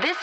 This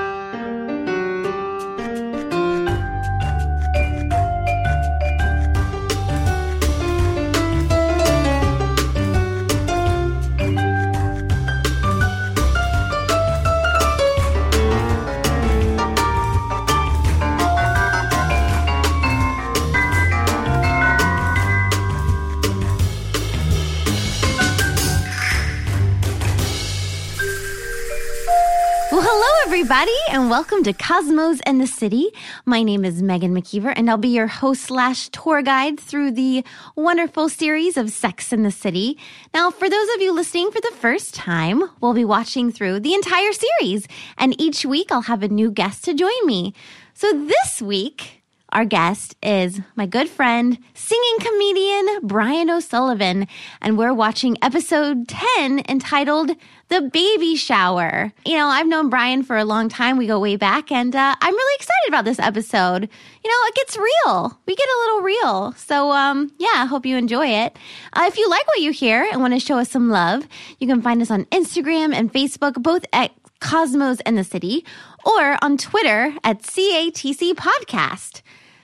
Well, hello, everybody, and welcome to Cosmos and the City. My name is Megan McKeever, and I'll be your host slash tour guide through the wonderful series of Sex in the City. Now, for those of you listening for the first time, we'll be watching through the entire series, and each week I'll have a new guest to join me. So this week, our guest is my good friend, singing comedian Brian O'Sullivan, and we're watching episode 10 entitled The Baby Shower. You know, I've known Brian for a long time. We go way back, and uh, I'm really excited about this episode. You know, it gets real. We get a little real. So, um, yeah, I hope you enjoy it. Uh, if you like what you hear and want to show us some love, you can find us on Instagram and Facebook, both at Cosmos and the City, or on Twitter at CATC Podcast.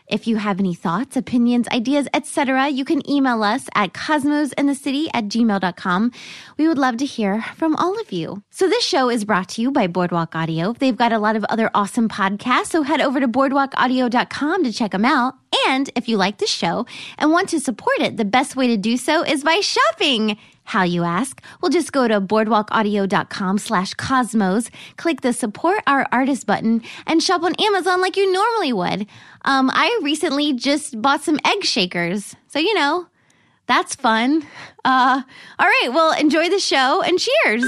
If you have any thoughts, opinions, ideas, etc., you can email us at cosmosandthecity at gmail.com. We would love to hear from all of you. So this show is brought to you by Boardwalk Audio. They've got a lot of other awesome podcasts, so head over to boardwalkaudio.com to check them out. And if you like the show and want to support it, the best way to do so is by shopping. How you ask? Well, just go to boardwalkaudio.com slash cosmos, click the support our artist button, and shop on Amazon like you normally would. Um, I recently just bought some egg shakers. So, you know, that's fun. Uh, all right, well, enjoy the show and cheers.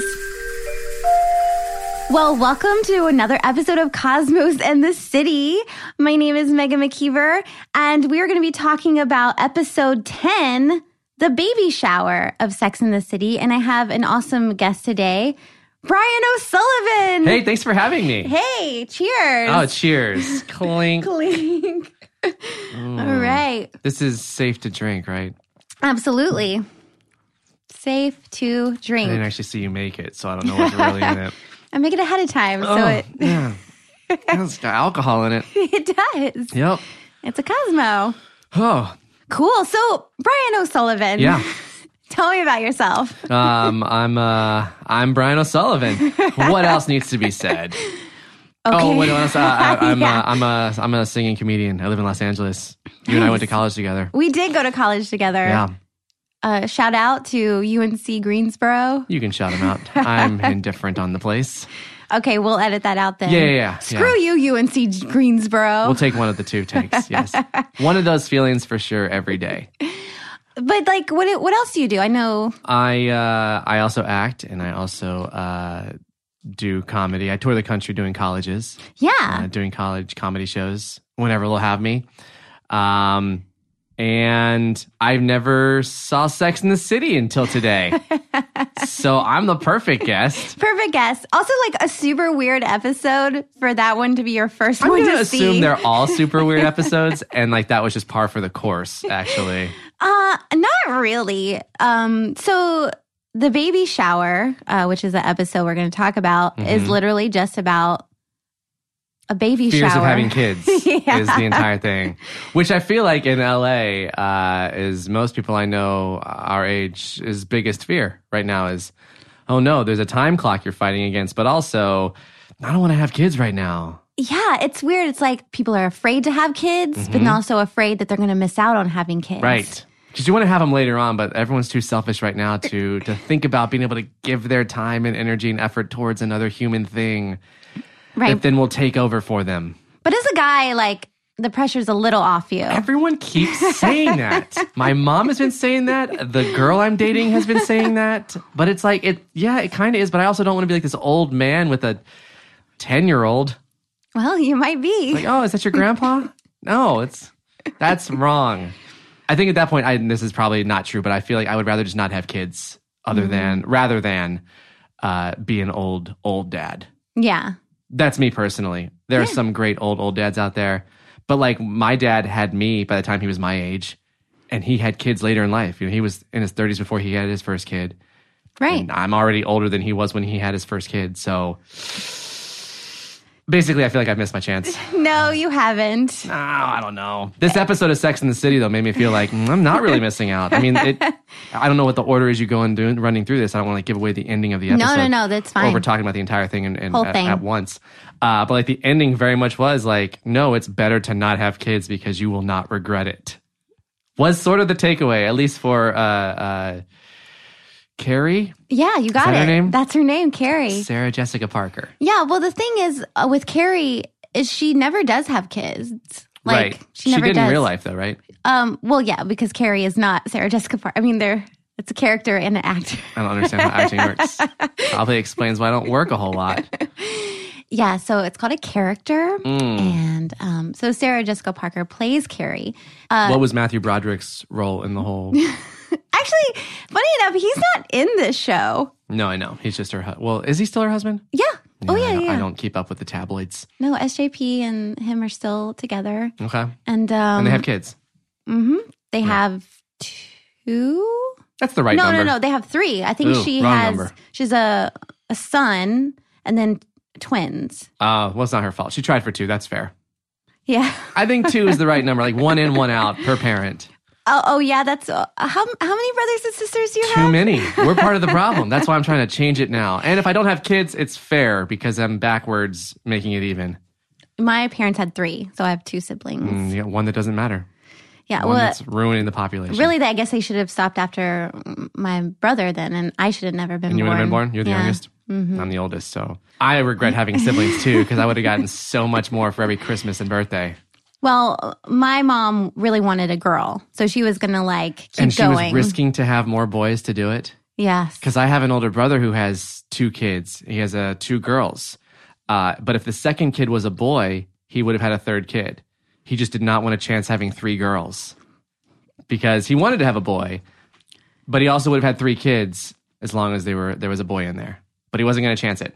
Well, welcome to another episode of Cosmos and the City. My name is Megan McKeever, and we are going to be talking about episode 10, The Baby Shower of Sex in the City. And I have an awesome guest today, Brian O'Sullivan. Hey, thanks for having me. Hey, cheers. Oh, cheers. Clink. Clink. Mm. All right. This is safe to drink, right? Absolutely. Safe to I didn't drink. actually see you make it, so I don't know what's really in it. I make it ahead of time, so Oh. it, yeah. It's got alcohol in it. it does. Yep. It's a Cosmo. Oh, Cool. So, Brian O'Sullivan. yeah. Tell me about yourself. Um, I'm uh, I'm Brian O'Sullivan. What else needs to be said? Oh, what else? Uh, I, I'm Yeah. uh, I'm a I'm a singing comedian. I live in Los Angeles. You and I went to college together. we did go to college together. Yeah, Uh, shout out to UNC Greensboro. you can shout him out. I'm indifferent on the place. Okay, we'll edit that out then. Yeah, yeah, yeah. Screw you, UNC Greensboro. We'll take one of the two takes. Yes, one of those feelings for sure every day. but like, what what else do you do? I know. I uh, I also act and I also uh, do comedy. I tour the country doing colleges, Yeah. uh, doing college comedy shows whenever they'll have me. Um, and I've never saw Sex in the City until today, so I'm the perfect guest. Perfect guess. Also, like a super weird episode for that one to be your 1st I'm one gonna to assume see. they're all super weird episodes, and like that was just par for the course, actually. Uh, not really. Um, so the baby shower, uh, which is the episode we're going to talk about, is Mhm. literally just about a baby fears shower. of having kids Yeah. is the entire thing which i feel like in la uh, is most people i know our age is biggest fear right now is oh no there's a time clock you're fighting against but also i don't want to have kids right now yeah, it's weird. It's like people are afraid to have kids, but also afraid that they're going to miss out on having kids. Mm-hmm. right because you want to have them later on but everyone's too selfish right now to to think about being able to give their time and energy and effort towards another human thing Right. that then will take over for them but as a guy, like the pressure's a little off you. Everyone keeps saying that. My mom has been saying that. The girl I'm dating has been saying that. But it's like it yeah, it kind of is, but I also don't want to be like this old man with a 10-year-old. Well, you might be. Like, "Oh, is that your grandpa?" No, it's that's wrong. I think at that point I and this is probably not true, but I feel like I would rather just not have kids other than rather than uh, be an old old dad. yeah. That's me personally. There are some great old old dads out there, but like my dad had me by the time he was my age, and he had kids later in life. You know, he was in his thirties before he had his first kid, Right. And I'm already older than he was when he had his first kid. So basically, I feel like I've missed my chance. No, you haven't. Oh, I don't know. This episode of Sex in the City though made me feel like mm, I'm not really missing out. I mean, it, I don't know what the order is you go and doing running through this. I don't want to give away the ending of the no, episode. no, that's Or we're fine. talking about the entire thing and, and Whole at, thing. at once. Uh, but like the ending very much was like, no, it's better to not have kids because you will not regret it. Was sort of the takeaway, at least for uh, uh, Carrie, Yeah, you got that it. her name? That's her name, Carrie. Sarah Jessica Parker. Yeah, well, the thing is uh, with Carrie is she never does have kids. Like right. she never did does. in real life though, right? Um, well, yeah, because Carrie is not Sarah Jessica Parker. I mean, they're it's a character and an actor. I don't understand how acting works. Probably explains why I don't work a whole lot. Yeah, so it's called a character, Mm. and um, so Sarah Jessica Parker plays Carrie. Uh, what was Matthew Broderick's role in the whole? actually, funny enough, he's not in this show. no, I know he's just her. Hu- well, is he still her husband? Yeah. oh I yeah, don't, yeah. I don't keep up with the tabloids. No, SJP and him are still together, Okay, and um, and they have kids. hmm They have two. That's the right no, number. no, no. They have three. I think Ooh, she wrong has. number. She's a a son and then twins. no. Uh, well, it's not her fault. She tried for two. That's fair. Yeah. I think two is the right number. Like one in, one out per parent. Oh, oh yeah. That's uh, how how many brothers and sisters do you Too have? many. We're part of the problem. That's why I'm trying to change it now. And if I don't have kids, it's fair because I'm backwards making it even. My parents had three, so I have two siblings. Mm, you got one that doesn't matter. yeah. One Well, uh, that's ruining the population. really, I guess they should have stopped after mm, my brother then, and I should have never been. And you would born. have been born. You're the Yeah. Mm-hmm. youngest. I'm the oldest, so I regret having siblings too because I would have gotten so much more for every Christmas and birthday. Well, my mom really wanted a girl, so she was gonna like keep and she going. was risking to have more boys to do it yes. because I have an older brother who has two kids. He has uh, two girls, uh, but if the second kid was a boy, he would have had a third kid. He just did not want a chance having three girls because he wanted to have a boy, but he also would have had three kids as long as they were there was a boy in there. But he wasn't going to chance it,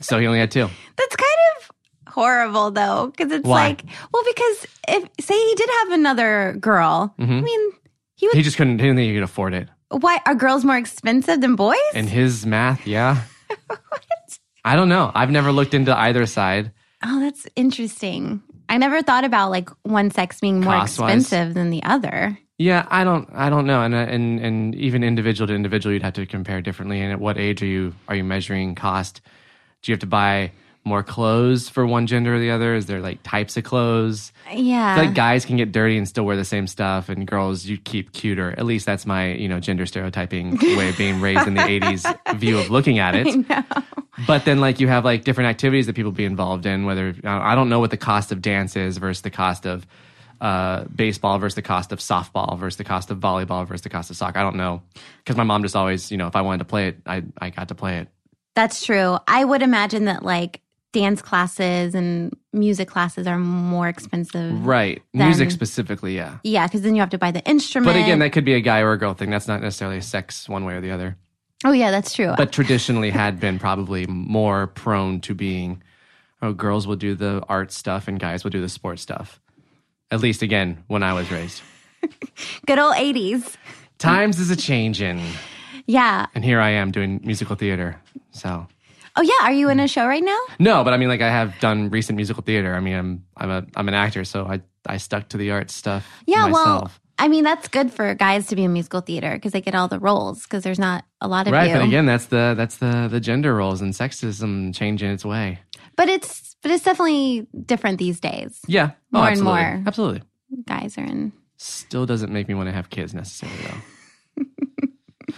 so he only had two. That's kind of horrible though, because it's Why? like, well, because if say he did have another girl, Mm-hmm. I mean, he would. He just couldn't. He didn't think he could afford it. why are girls more expensive than boys? In his math, yeah. I don't know. I've never looked into either side. oh, that's interesting. I never thought about like one sex being more Cost-wise. expensive than the other. Yeah, I don't. I don't know. And uh, and and even individual to individual, you'd have to compare differently. And at what age are you are you measuring cost? Do you have to buy more clothes for one gender or the other? Is there like types of clothes? Yeah. I feel like guys can get dirty and still wear the same stuff, and girls you keep cuter. At least that's my you know gender stereotyping way of being raised in the '80s view of looking at it. But then like you have like different activities that people be involved in. Whether I don't know what the cost of dance is versus the cost of uh, baseball versus the cost of softball versus the cost of volleyball versus the cost of soccer. I don't know because my mom just always you know if I wanted to play it, I I got to play it. That's true. I would imagine that like dance classes and music classes are more expensive. Right, Then- music specifically, yeah. Yeah, because then you have to buy the instrument. But again, that could be a guy or a girl thing. That's not necessarily a sex one way or the other. oh yeah, that's true. but traditionally had been probably more prone to being oh girls will do the art stuff and guys will do the sports stuff at least again when i was raised Good old eighties. times is a changing Yeah. and here i am doing musical theater so Oh yeah. Are you in a show right now? no but i mean like i have done recent musical theater i mean i'm i'm a i'm an actor so i i stuck to the art stuff Yeah, well, myself I mean that's good for guys to be in musical theater because they get all the roles because there's not a lot of right you. but again that's the that's the the gender roles and sexism changing its way But it's but it's definitely different these days. yeah Oh, More and absolutely more. absolutely Guys are in. Still doesn't make me want to have kids necessarily, though.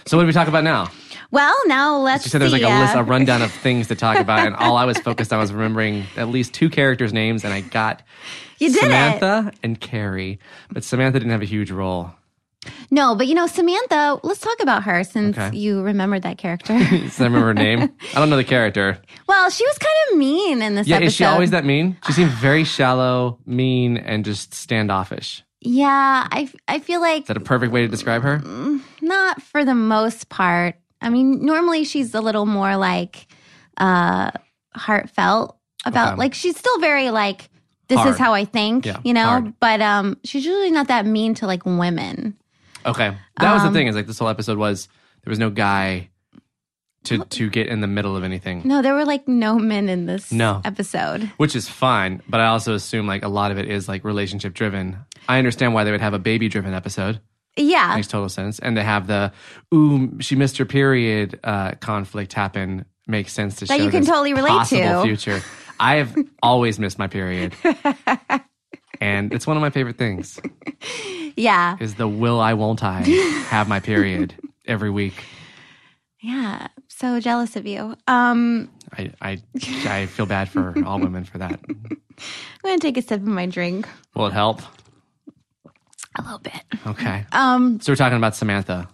so what do we talk about now? Well, now let's. She said there's like see, a list, uh, a rundown of things to talk about, and all I was focused on was remembering at least two characters' names, and I got You did it. Samantha and Carrie, but Samantha didn't have a huge role. No, but you know Samantha. Let's talk about her since Okay. you remembered that character. Does I remember her name? I don't know the character. well, she was kind of mean in this Yeah, episode. is she always that mean? She seemed very shallow, mean, and just standoffish. Yeah, I I feel like Is that a perfect way to describe her? Mm, not for the most part. I mean, normally she's a little more like uh heartfelt about Okay. like she's still very like this Hard. is how I think, Yeah, you know, hard. but um she's usually not that mean to like women. Okay, that was the Um, thing. Is like this whole episode was there was no guy to to get in the middle of anything, No, there were like no men in this No. episode. which is fine. But I also assume like a lot of it is like relationship driven. I understand why they would have a baby driven episode. Yeah. Makes total sense. And to have the ooh she missed her period uh, conflict happen makes sense to That show you can this totally relate to. possible future. I have always missed my period. And it's one of my favorite things Yeah. is the will I won't I have my period every week. Yeah. So jealous of you. Um, I, I I feel bad for all women for that. I'm going to take a sip of my drink Will it help? a little bit. Okay. Um, So we're talking about Samantha.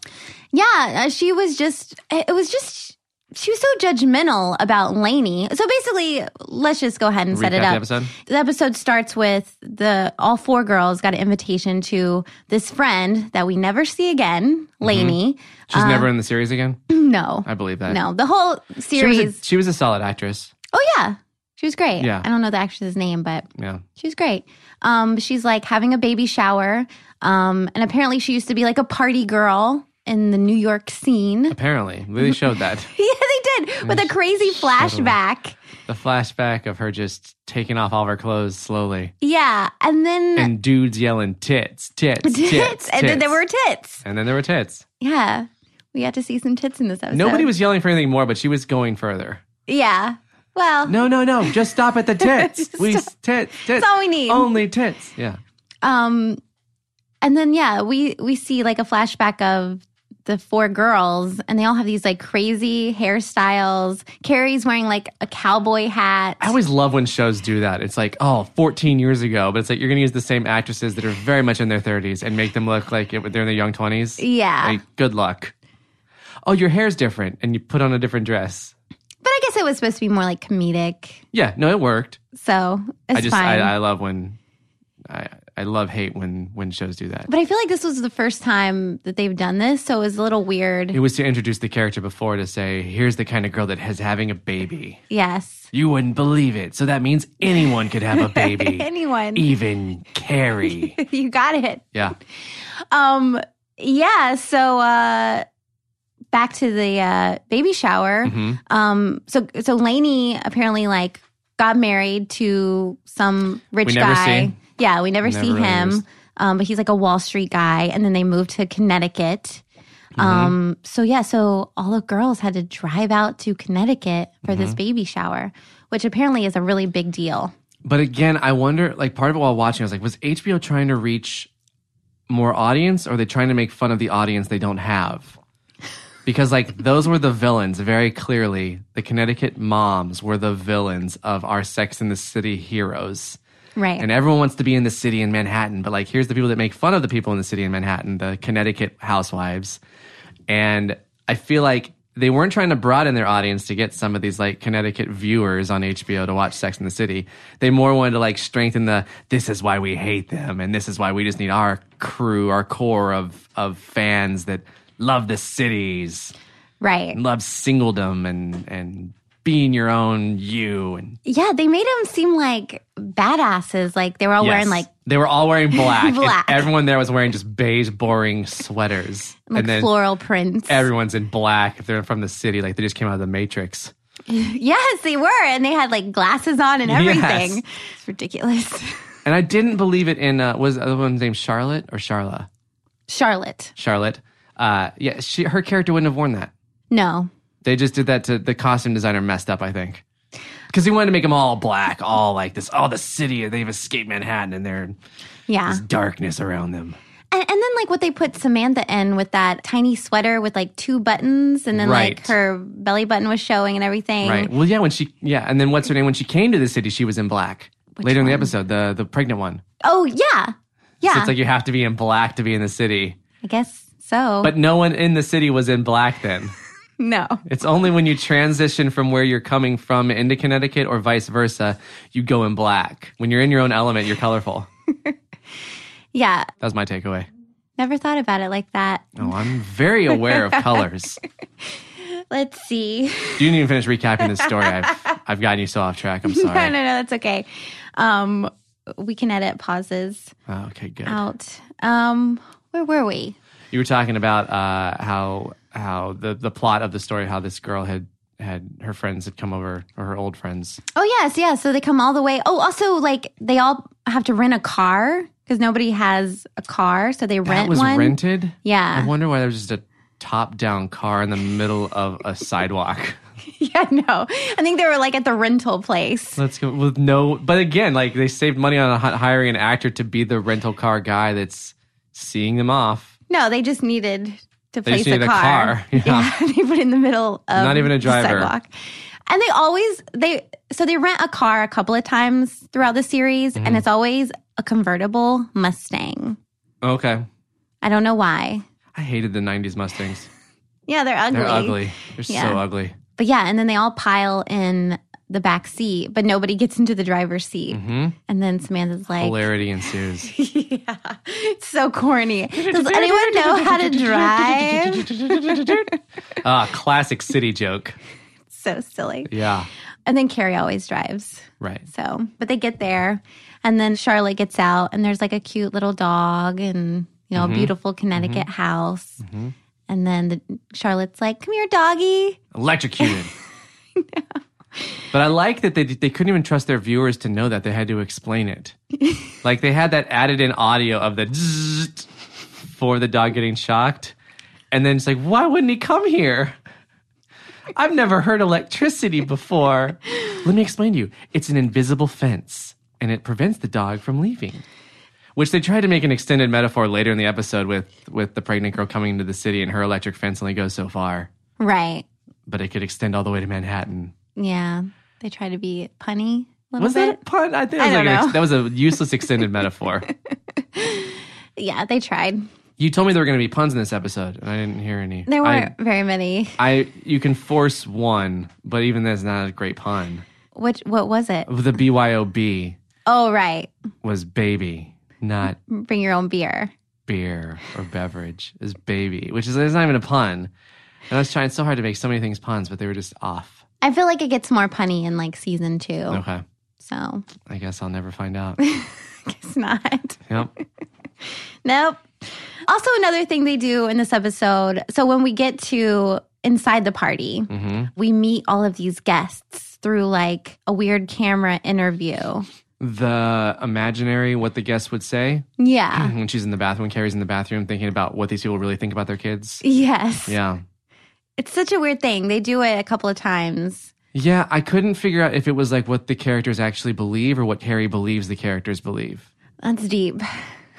yeah, uh, she was just, it was just, she was so judgmental about Lainey. So basically, let's just go ahead and set Recap it the up. episode? The episode starts with the all four girls got an invitation to this friend that we never see again, Lainey. She's never in the series again. No, Mm-hmm. I believe that. Uh, no, the whole She was, series. a, she was a solid actress. oh yeah, she was great. Yeah. I don't know the actress's name, but Yeah. She's great. Um, she's like having a baby shower. Um, and apparently she used to be like a party girl in the New York scene. yeah, Apparently, they showed that they did with a crazy flashback. the flashback of her just taking off all of her clothes slowly Yeah. And then and dudes yelling tits, tits, tits, tits. and then there were tits. and then there were tits. Yeah. We got to see some tits in this episode. Nobody was yelling for anything more, but she was going further. Yeah. Well, No, no, no! Just stop at the tits. we tits, tits. That's all we need. Only tits. Yeah. um and then yeah, we we see like a flashback of the four girls and they all have these like crazy hairstyles. Carrie's wearing like a cowboy hat. I always love when shows do that. It's like, oh, 14 years ago, but it's like you're going to use the same actresses that are very much in their 30s and make them look like it, they're in their young 20s. Yeah. Like, good luck. Oh, your hair's different and you put on a different dress. But I guess it was supposed to be more like comedic, Yeah, no, it worked. so it's I just, fine. I, I love when, I, I love hate when, when shows do that. but I feel like this was the first time that they've done this, so it was a little weird. It was to introduce the character before to say, here's the kind of girl that has having a baby. yes, You wouldn't believe it. So that means anyone could have a baby, anyone, E. even Carrie. you got it. Yeah. Um, yeah. So uh, back to the uh, baby shower. hmm Um, so so Lainey apparently like got married to some rich We never guy. see. Yeah, we never, Never see really him. used. Um, but he's like a Wall Street guy, and then they moved to Connecticut. Mm-hmm. Um, so yeah, so all the girls had to drive out to Connecticut for this Mm-hmm. baby shower, which apparently is a really big deal. But again, I wonder, like, part of it while watching, I was like, was HBO trying to reach more audience or are they trying to make fun of the audience they don't have? Because, like, those were the villains very clearly. The Connecticut moms were the villains of our Sex in the City heroes. Right. And everyone wants to be in the city in Manhattan, but, like, here's the people that make fun of the people in the city in Manhattan, the Connecticut housewives. And I feel like they weren't trying to broaden their audience to get some of these like Connecticut viewers on HBO to watch Sex in the City. They more wanted to like strengthen the this is why we hate them and this is why we just need our crew, our core of of fans that love the cities, right. and love singledom and and being your own you and Yeah, they made them seem like badasses. Like they were all wearing Yes. like they were all wearing black. and Black. everyone everyone there was wearing just beige, boring sweaters. like and then floral prints. everyone's in black if they're from the city, like they just came out of the Matrix. Yes, they were. And they had like glasses on and Yes. everything. It's ridiculous. And I didn't believe it in uh, was the other one's name Charlotte or Charla? Charlotte. Charlotte. Uh, yeah, she her character wouldn't have worn that. No. They just did that to the costume designer messed up, I think, because he wanted to make them all black, all like this, all the city. They've escaped Manhattan and there's Yeah. darkness around them. And, and then like what they put Samantha in with that tiny sweater with like two buttons and then like Right. her belly button was showing and everything. Right. Well, yeah. When she yeah, and then what's her name? When she came to the city, she was in black. Later in the episode, the the pregnant one. Oh, yeah. Yeah. So it's like you have to be in black to be in the city, I guess so. but no one in the city was in black then. no. It's only when you transition from where you're coming from into Connecticut or vice versa, you go in black. When you're in your own element, you're colorful. Yeah. That was my takeaway. Never thought about it like that. Oh, I'm very aware of colors. Let's see. You didn't even finish recapping this story. I've, I've gotten you so off track. I'm no, no, sorry. no. That's okay. Um, we can edit pauses Oh, okay, good. out. Um, where were we? you were talking about uh, how how the the plot of the story, how this girl had had her friends had come over or her old friends. Oh yes, yeah. So they come all the way. Oh, also like they all have to rent a car because nobody has a car, so they rent that was one. rented. Yeah. I wonder why there was just a top down car in the middle of a sidewalk. yeah, no. I think they were like at the rental place. Let's go with no. But again, like they saved money on hi- hiring an actor to be the rental car guy that's seeing them off. No, they just needed to They place just needed a a car. car, yeah. they put it in the middle of Not even a the driver. sidewalk. And they always they so they rent a car a couple of times throughout the series, Mm-hmm. and it's always a convertible Mustang. Okay, I don't know why. I hated the '90s Mustangs. Yeah, they're ugly. They're ugly. They're so Yeah. ugly. But yeah, and then they all pile in the back seat, but nobody gets into the driver's seat. hmm And then Samantha's like, Hilarity ensues. yeah, it's so corny. Does anyone know how to drive? Ah, classic city joke. so silly. Yeah, And then Carrie always drives. right. So, but they get there, and then Charlotte gets out, and there's like a cute little dog, and you know, Mm-hmm. a beautiful Connecticut house. And then the, Charlotte's like, "Come here, doggy." Electrocuted. But I like that they they couldn't even trust their viewers to know that they had to explain it. like they had that added in audio of the zzzzt for the dog getting shocked, and then it's like, why wouldn't he come here? I've never heard electricity before. Let me explain to you. It's an invisible fence, and it prevents the dog from leaving. Which they tried to make an extended metaphor later in the episode with with the pregnant girl coming into the city, and her electric fence only goes so far, Right? but it could extend all the way to Manhattan. Yeah. They try to be punny. A little Was bit. that a pun? I think I that was, don't like an ex- know. that was a useless extended metaphor. Yeah, they tried. You told me there were going to be puns in this episode, and I didn't hear any. There I, weren't very many. I you can force one, but even that's not a great pun. Which what was it? The BYOB Oh right, was baby, not bring your own beer. beer or beverage. Is baby, which is it's not even a pun. And I was trying so hard to make so many things puns, but they were just off. I feel like it gets more punny in like season two, Okay, so I guess I'll never find out. it's not. Yep. Nope. Also, another thing they do in this episode. So when we get to inside the party, hmm we meet all of these guests through like a weird camera interview. The imaginary, what the guests would say Yeah. Mm-hmm, when she's in the bathroom, Carrie's in the bathroom, thinking about what these people really think about their kids. yes. Yeah. It's such a weird thing. They do it a couple of times. Yeah, I couldn't figure out if it was like what the characters actually believe or what Carrie believes the characters believe. That's deep.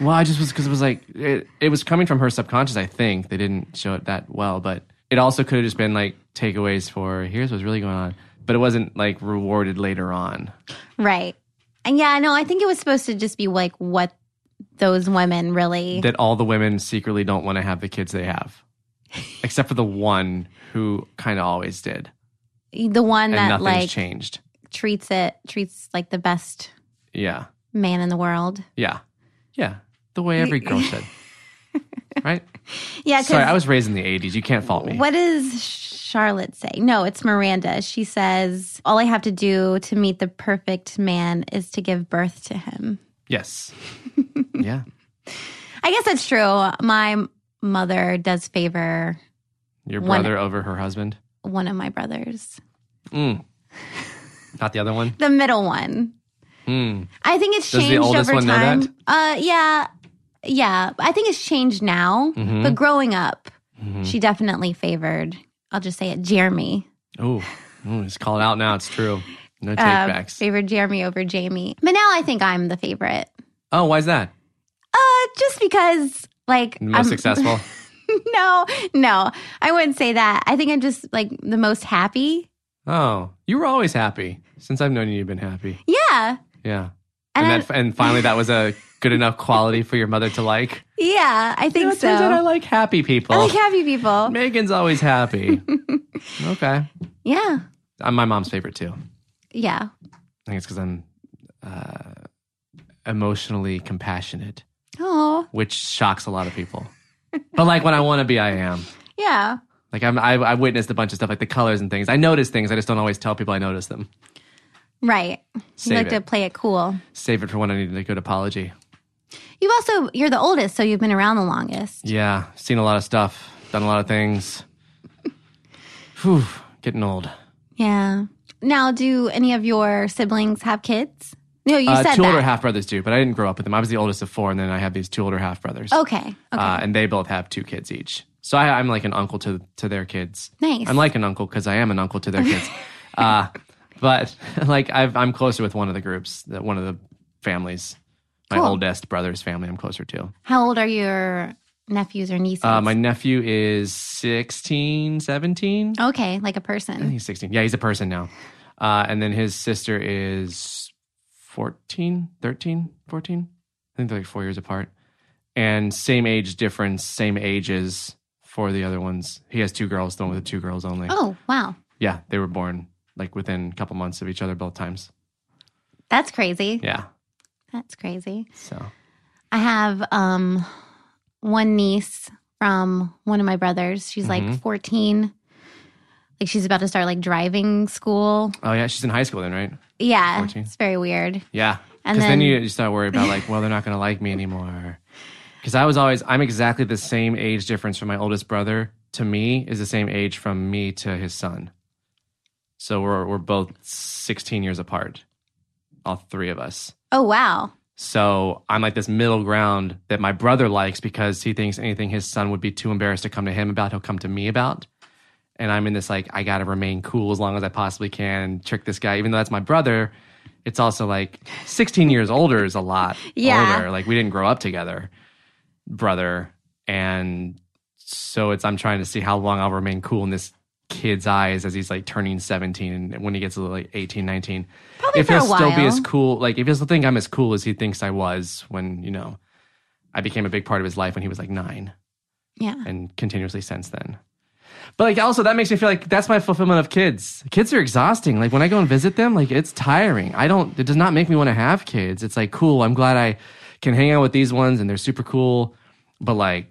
Well, I just was because it was like it, it was coming from her subconscious. I think they didn't show it that well, but it also could have just been like takeaways for here's what's really going on, but it wasn't like rewarded later on. Right. And yeah, no, I think it was supposed to just be like what those women really. That all the women secretly don't want to have the kids they have, except for the one who kind of always did, the one and that nothing's like changed. treats it treats like the best Yeah, man in the world. yeah, yeah. The way every girl should, right? Yeah, Sorry, I because was raised in the '80s. You can't fault me. what does Charlotte say? No, it's Miranda. She says, "All I have to do to meet the perfect man is to give birth to him." Yes. yeah. I guess that's true. My mother does favor Your One- brother over her husband. one of my brothers, Mm. Not the other one. the middle one. Mm. I think it's Does the changed oldest over one know time. Uh, yeah, yeah. I think it's changed now, Mhm. but growing up, Mhm. she definitely favored. I'll just say it, Jeremy. Oh, just call it out now. It's true. No take uh, backs. favored Jeremy over Jamie. But now I think I'm the favorite. Oh, why is that? Uh, just because, like, Most I'm- successful. no, no, I wouldn't say that. I think I'm just like the most happy. Oh, you were always happy. Since I've known you, you've been happy. Yeah, Yeah. and And, I, that, and finally, that was a good enough quality for your mother to like. yeah, I You think know, it so. turns out I like happy people. I like happy people. Megan's always happy. okay. Yeah, I'm my mom's favorite too. yeah. I think it's because I'm uh, emotionally compassionate. Oh, which shocks a lot of people. but like when I want to be, I am. yeah. Like I'm, I, I witnessed a bunch of stuff, like the colors and things. I notice things. I just don't always tell people I notice them. Right. You Save like it. to play it cool. Save it for when I need a good apology. You also you're the oldest, so you've been around the longest. Yeah, seen a lot of stuff, done a lot of things. Whew, getting old. Yeah. Now, do any of your siblings have kids? No, you Uh, said two that. older half brothers do, but I didn't grow up with them. I was the oldest of four, and then I have these two older half brothers. okay. Okay. Uh, and they both have two kids each. So I, I'm like an uncle to to their kids. Nice. I'm like an uncle because I am an uncle to their kids. uh, but like I've, I'm closer with one of the groups, that one of the families. My Cool. oldest brother's family, I'm closer to. How old are your nephews or nieces? Uh, my nephew is 16, 17. okay, like a person. He's 16. Yeah, he's a person now. Uh, and then his sister is 14, 13, 14. I think they're like four years apart. And same age difference, same ages for the other ones. He has two girls, the one with the two girls only. Oh, wow. Yeah, they were born like within a couple months of each other both times. That's crazy. Yeah. That's crazy. So I have um one niece from one of my brothers. She's like Mhm. 14. Like she's about to start like driving school. Oh yeah, she's in high school then, right? Yeah. 14. It's very weird. Yeah. And Because then, then- you, you start worrying about like, well, they're not going to like me anymore. Because I was always, I'm exactly the same age difference from my oldest brother to me is the same age from me to his son. So we're we're both 16 years apart, all three of us. Oh wow. So I'm like this middle ground that my brother likes because he thinks anything his son would be too embarrassed to come to him about, he'll come to me about. And I'm in this like, I gotta remain cool as long as I possibly can and trick this guy, even though that's my brother. It's also like 16 years older is a lot Yeah. older. Like we didn't grow up together, brother. And so it's I'm trying to see how long I'll remain cool in this kid's eyes as he's like turning 17 and when he gets to like 18, 19 Probably if for he'll a while. still be as cool, like if he'll still think I'm as cool as he thinks I was when you know I became a big part of his life when he was like nine, yeah. and continuously since then. But like also that makes me feel like that's my fulfillment of kids. Kids are exhausting. Like when I go and visit them, like it's tiring. I don't. It does not make me want to have kids. It's like cool. I'm glad I can hang out with these ones and they're super cool. But like.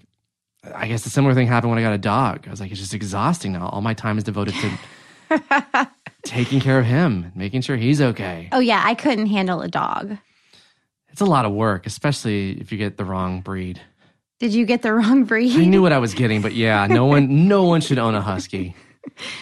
I guess a similar thing happened when I got a dog. I was like, it's just exhausting now. All my time is devoted to taking care of him, making sure he's okay. Oh yeah, I couldn't handle a dog. It's a lot of work, especially if you get the wrong breed. Did you get the wrong breed? I knew what I was getting, but yeah, no one, no one should own a husky.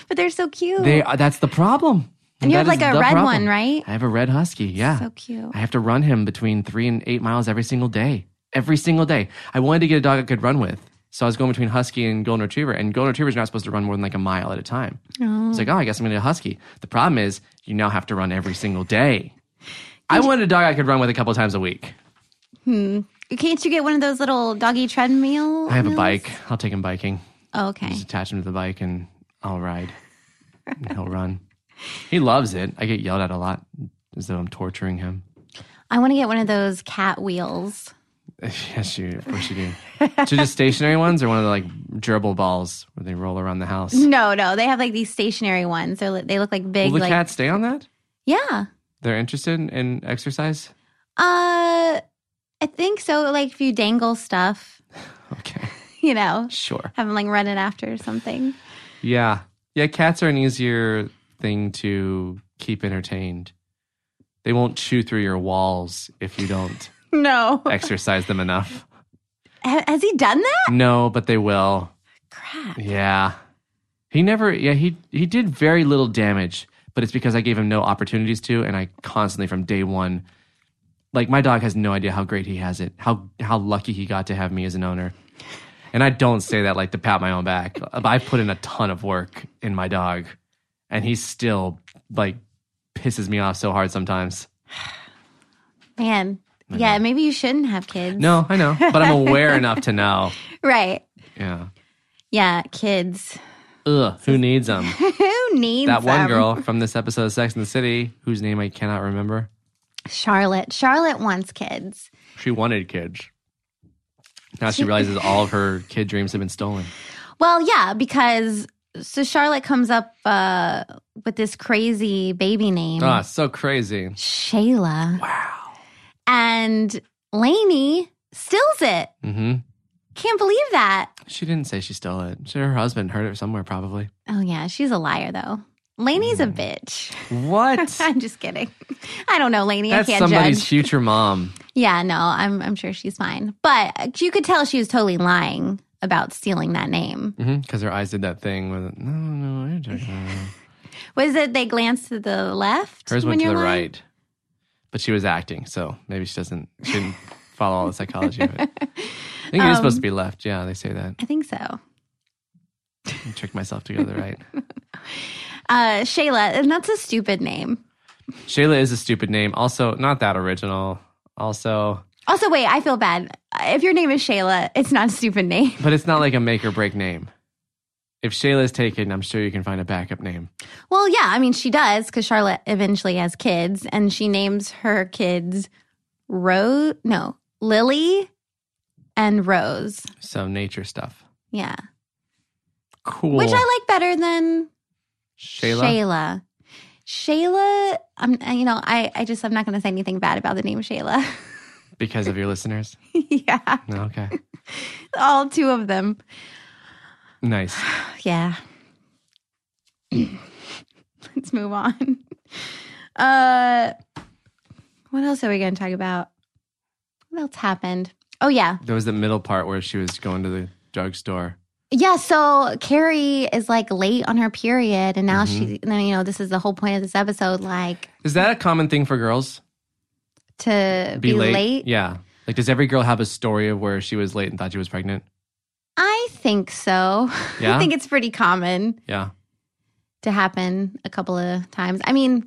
But they're so cute. They, are- that's the problem. and you have That is like a the red problem. one, right? I have a red husky. Yeah, So cute. I have to run him between three and eight miles every single day. Every single day, I wanted to get a dog I could run with, so I was going between husky and golden retriever. And golden retrievers are not supposed to run more than like a mile at a time. Oh. It's like, oh, I guess I'm gonna get a husky. The problem is, you now have to run every single day. I wanted a dog I could run with a couple times a week. Can't you get one of those little doggy treadmill? I have a meals? bike. I'll take him biking. Oh, okay. Just attach him to the bike and I'll ride. And he'll run. He loves it. I get yelled at a lot as though I'm torturing him. I want to get one of those cat wheels. yes, you, of course you do. To the stationary ones or one of the like gerbil balls where they roll around the house? Will No, no, they have like these stationary ones. They're, li- they look like Mm-hmm. big, the like cats stay on that? yeah. They're interested in, in exercise? Uh, I think so. Like if you dangle stuff, Okay, you know, sure. have them like running after or something. Yeah. Yeah, cats are an easier thing to keep entertained. They won't chew through your walls if you don't No, exercise them enough. Ha- has he done that? No, but they will. Crap. Yeah. He never yeah, he he did very little damage, but it's because I gave him no opportunities to and I constantly from day 1 like my dog has no idea how great he has it. How how lucky he got to have me as an owner. And I don't say that like to pat my own back. But I put in a ton of work in my dog and he still like pisses me off so hard sometimes. Man, yeah, maybe you shouldn't have kids. No, I know, but I'm aware enough to know. right? Yeah. Yeah, kids. Ugh, who needs them? Who needs that one them? girl from this episode of Sex and the City, whose name I cannot remember, Charlotte. Charlotte wants kids. she wanted kids. Now she realizes all of her kid dreams have been stolen. Well, yeah, because so Charlotte comes up uh, with this crazy baby name, Ah, so crazy. Shayla, Wow. and Lainey steals it. hmm Can't believe that. She didn't say she stole it. She, her husband heard it somewhere, probably. Oh yeah, she's a liar though. Laney's Mm. a bitch. What? I'm just kidding. I don't know, Laney. That's I can't somebody's judge. future mom. Yeah, no, I'm I'm sure she's fine. But you could tell she was totally lying about stealing that name. Because Mm-hmm. her eyes did that thing with no, no, you're joking. Was it they glanced to the left? Hers when went to you're the lying? right, but she was acting, so maybe she doesn't she didn't follow all the psychology of it. I think it Um, is supposed to be left. Yeah, they say that. I think so. I tricked myself to go to the right. Uh, Shayla, and that's a stupid name. Shayla is a stupid name. Also, not that original. Also, Also, wait, I feel bad. If your name is Shayla, it's not a stupid name. but it's not like a make or break name. If Shayla's taken, I'm sure you can find a backup name. Well, yeah, I mean, she does because Charlotte eventually has kids and she names her kids Rose, no, Lily and Rose. So nature stuff. Yeah. Cool. Which I like better than Shayla. Shayla. Shayla, I'm, I- you know, I, I just, I'm not going to say anything bad about the name Shayla. because of your listeners. yeah. No, okay. All two of them. Nice. Yeah. Let's move on. Uh what else are we gonna talk about? What else happened? Oh yeah. There was the middle part where she was going to the drugstore. Yeah, so Carrie is like late on her period and now she now, you know, this is the whole point of this episode, like Is that a common thing for girls? to be, late. Yeah. Like, does every girl have a story of where she was late and thought she was pregnant? I think so. Yeah? I think it's pretty common. Yeah. to happen a couple of times. I mean,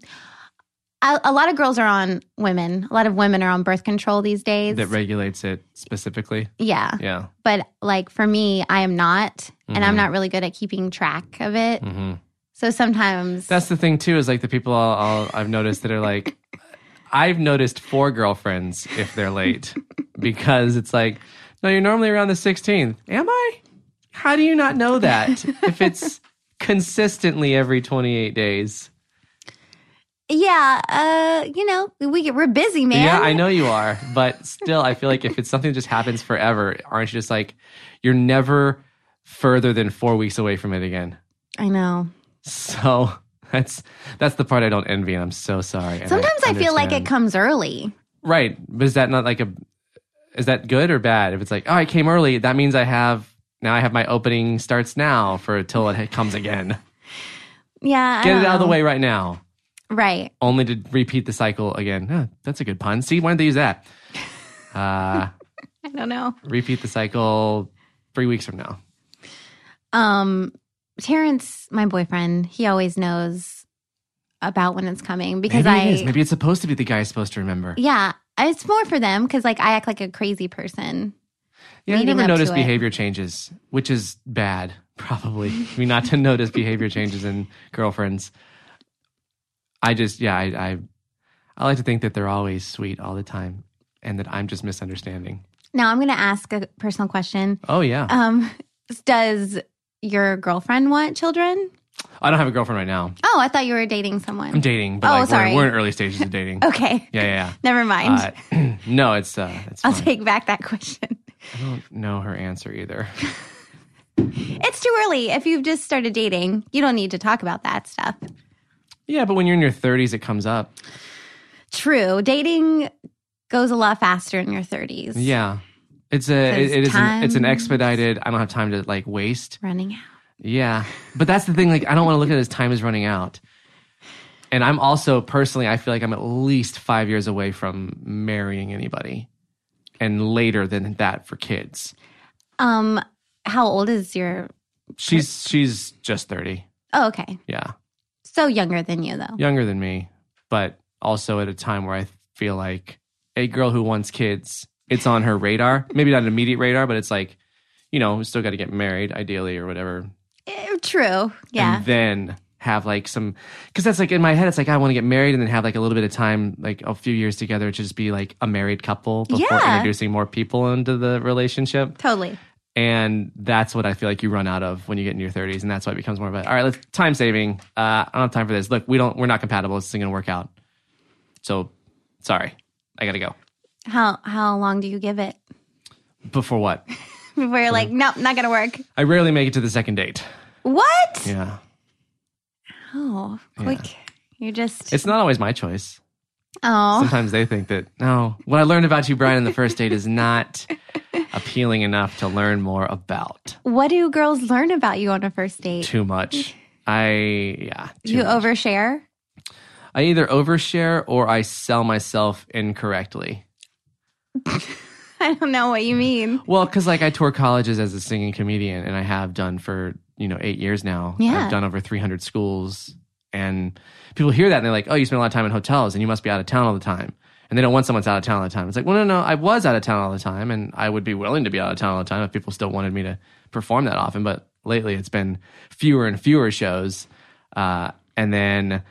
a, a lot of girls are on women. A lot of women are on birth control these days. That regulates it specifically. yeah. Yeah. But like for me, I am not, and I'm Mhm. not really good at keeping track of it. hmm So sometimes That's the thing, too, is like the people all, all I've noticed that are like, I've noticed four girlfriends if they're late because it's like, no, you're normally around the 16th. Am I? How do you not know that if it's consistently every 28 days? yeah, uh, you know, we get, we're busy, man. Yeah, I know you are, but still, I feel like if it's something that just happens forever, aren't you just like you're never further than four weeks away from it again? I know. So that's that's the part I don't envy, and I'm so sorry. and Sometimes I, feel like it understand. comes early. right, but is that not like a is that good or bad? If it's like, oh, I came early, that means I have now I have my opening starts now for till it comes again. Yeah, I Get it don't out of the know. way right now. Right. only to repeat the cycle again. Huh, that's a good pun. See, why don't they use that? Uh, I don't know. repeat the cycle three weeks from now. Um, Terrence, my boyfriend, he always knows about when it's coming because Maybe I it is. Maybe it's supposed to be the guy is supposed to remember. Yeah, it's more for them because like I act like a crazy person. Yeah, I leading never up noticed to it. behavior changes, which is bad, probably. I mean, not to notice behavior changes in girlfriends. I just, yeah, I, I, I like to think that they're always sweet all the time, and that I'm just misunderstanding. Now I'm gonna ask a personal question. Oh yeah, Um, does your girlfriend want children? I don't have a girlfriend right now. Oh, I thought you were dating I'm someone. dating, but Oh, like, sorry. We're, we're in early stages of dating. Okay, Yeah, yeah, yeah. never mind. Uh, no, it's uh, it's I'll fine. take back that question. I don't know her answer either. It's too early. If you've just started dating, you don't need to talk about that stuff. yeah, but when you're in your 30s, it comes up. True, dating goes a lot faster in your 30s. Yeah, it's a it, 'Cause it is an, it's an time- expedited. I don't have time to like waste. running out. Yeah, but that's the thing. Like, I don't want to look at it as time is running out. And I'm also personally, I feel like I'm at least five years away from marrying anybody, and later than that for kids. Um, how old is your? She's she's just 30. Oh, okay, Yeah, so younger than you though. younger than me, but also at a time where I feel like a girl who wants kids, it's on her radar. Maybe not an immediate radar, but it's like, you know, we still got to get married, ideally, or whatever. Eh, True. Yeah. And then have like some, because that's like in my head, it's like I want to get married and then have like a little bit of time, like a few years together, to just be like a married couple before Yeah. introducing more people into the relationship. Totally. And that's what I feel like you run out of when you get in your 30s. And that's why it becomes more of a, all right, let's time saving. Uh, I don't have time for this. Look, we don't, we're not compatible. This isn't going to work out. So sorry. I got to go. How how long do you give it Before what? before you're like, nope, not gonna work? I rarely make it to the second date. What? Yeah. Oh, Yeah. quick. You're just. It's not always my choice. oh. Sometimes they think that, no, what I learned about you, Brian, in the first date is not appealing enough to learn more about. What do girls learn about you on a first date? Too much. I, yeah. too you much. overshare? I either overshare or I sell myself incorrectly. I don't know what you mean. Well, because like I tour colleges as a singing comedian, and I have done for you know eight years now. Yeah. I've done over three hundred schools, and people hear that and they're like, "Oh, you spend a lot of time in hotels, and you must be out of town all the time." And they don't want someone's out of town all the time. It's like, well, no, no, I was out of town all the time, and I would be willing to be out of town all the time if people still wanted me to perform that often. But lately, it's been fewer and fewer shows, uh, and then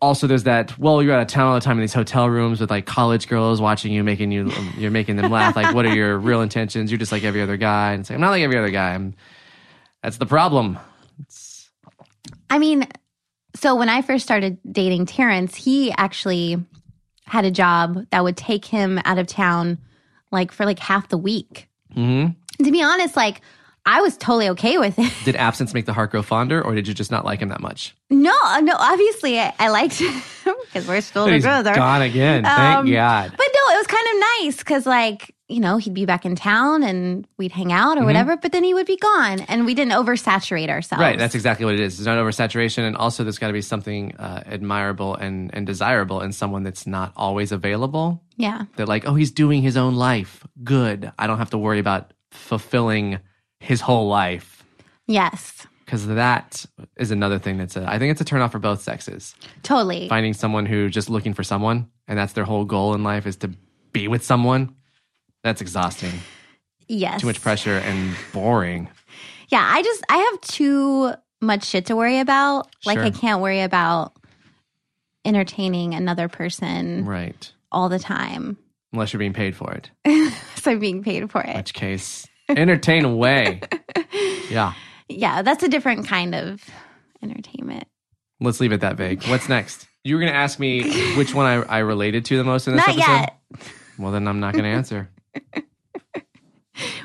also there's that well you're out of town all the time in these hotel rooms with like college girls watching you making you you're making them laugh like what are your real intentions you're just like every other guy and it's like i'm not like every other guy i'm that's the problem I mean, so when I first started dating Terrence, he actually had a job that would take him out of town like for like half the week. hmm And to be honest, like I was totally okay with it. did absence make the heart grow fonder or did you just not like him that much No, no, obviously I, I liked him because we're still he's together. gone again thank Um, god But no, it was kind of nice because, like, you know, he'd be back in town and we'd hang out or Mm-hmm. whatever, but then he would be gone and we didn't oversaturate ourselves. Right, that's exactly what it is. It's not oversaturation, and also there's got to be something uh, admirable and, and desirable in someone that's not always available. yeah. They're like, oh, he's doing his own life. Good. I don't have to worry about fulfilling his whole life. Yes. Because that is another thing that's a, I think it's a turnoff for both sexes. Totally. Finding someone who just looking for someone and that's their whole goal in life is to be with someone. That's exhausting. Yes. Too much pressure and boring. Yeah, I just I have too much shit to worry about. Like Sure. I can't worry about entertaining another person Right. all the time. Unless you're being paid for it, so I'm being paid for in it. which case, entertain away. Yeah. Yeah, that's a different kind of entertainment. Let's leave it that vague. What's next? You were going to ask me which one I, I related to the most in this Not episode? yet. Well, then I'm not going to answer.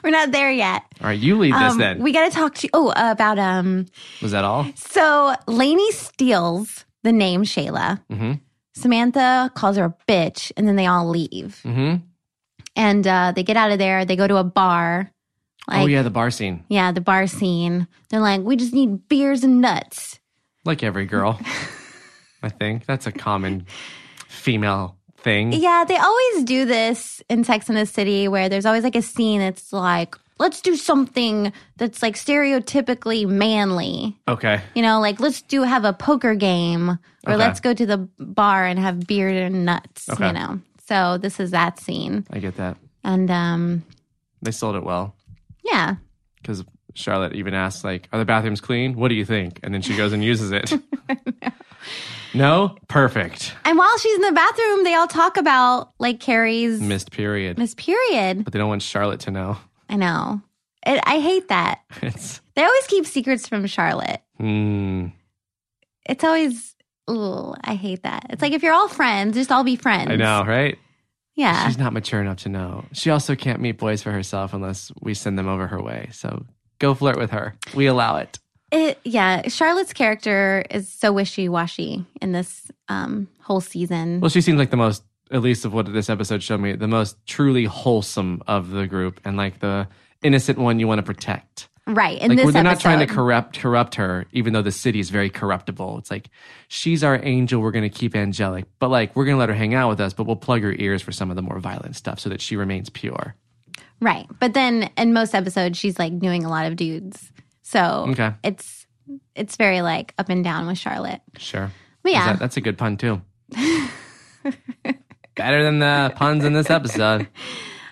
We're not there yet. All right, you lead this Um, then. We got to talk to oh about um Was that all? so Lainey steals the name Shayla. Mm-hmm. Samantha calls her a bitch and then they all leave. Mm-hmm. And uh they get out of there, they go to a bar. oh yeah, the bar scene. Yeah, the bar scene. They're like, we just need beers and nuts. Like every girl, I think that's a common female thing. Yeah, they always do this in Sex and the City where there's always like a scene that's like, let's do something that's like stereotypically manly. Okay. You know, like let's do have a poker game or Okay. let's go to the bar and have beer and nuts, Okay. you know. So this is that scene. I get that. And um They sold it well yeah. because Charlotte even asks, like, "Are the bathrooms clean? What do you think?" And then she goes and uses it. no, perfect. And while she's in the bathroom, they all talk about like Carrie's Miss, Missed period. Period. but they don't want Charlotte to know. I know. It, I hate that. it's They always keep secrets from Charlotte. hmm. It's always, ooh, I hate that. It's like if you're all friends, just all be friends. I know, right? Yeah. She's not mature enough to know. She also can't meet boys for herself unless we send them over her way. So go flirt with her. We allow it. It, yeah. Charlotte's character is so wishy washy in this um, whole season. Well, she seems like the most, at least of what this episode showed me, the most truly wholesome of the group and like the innocent one you want to protect. right. In like this where they're not episode. trying to corrupt corrupt her, even though the city is very corruptible. It's like she's our angel, we're gonna keep angelic, but like we're gonna let her hang out with us, but we'll plug her ears for some of the more violent stuff so that she remains pure. right. But then in most episodes, she's like doing a lot of dudes. So Okay. it's, it's very like up and down with Charlotte. Sure. But Is yeah. that- that's a good pun too. Better than the puns in this episode.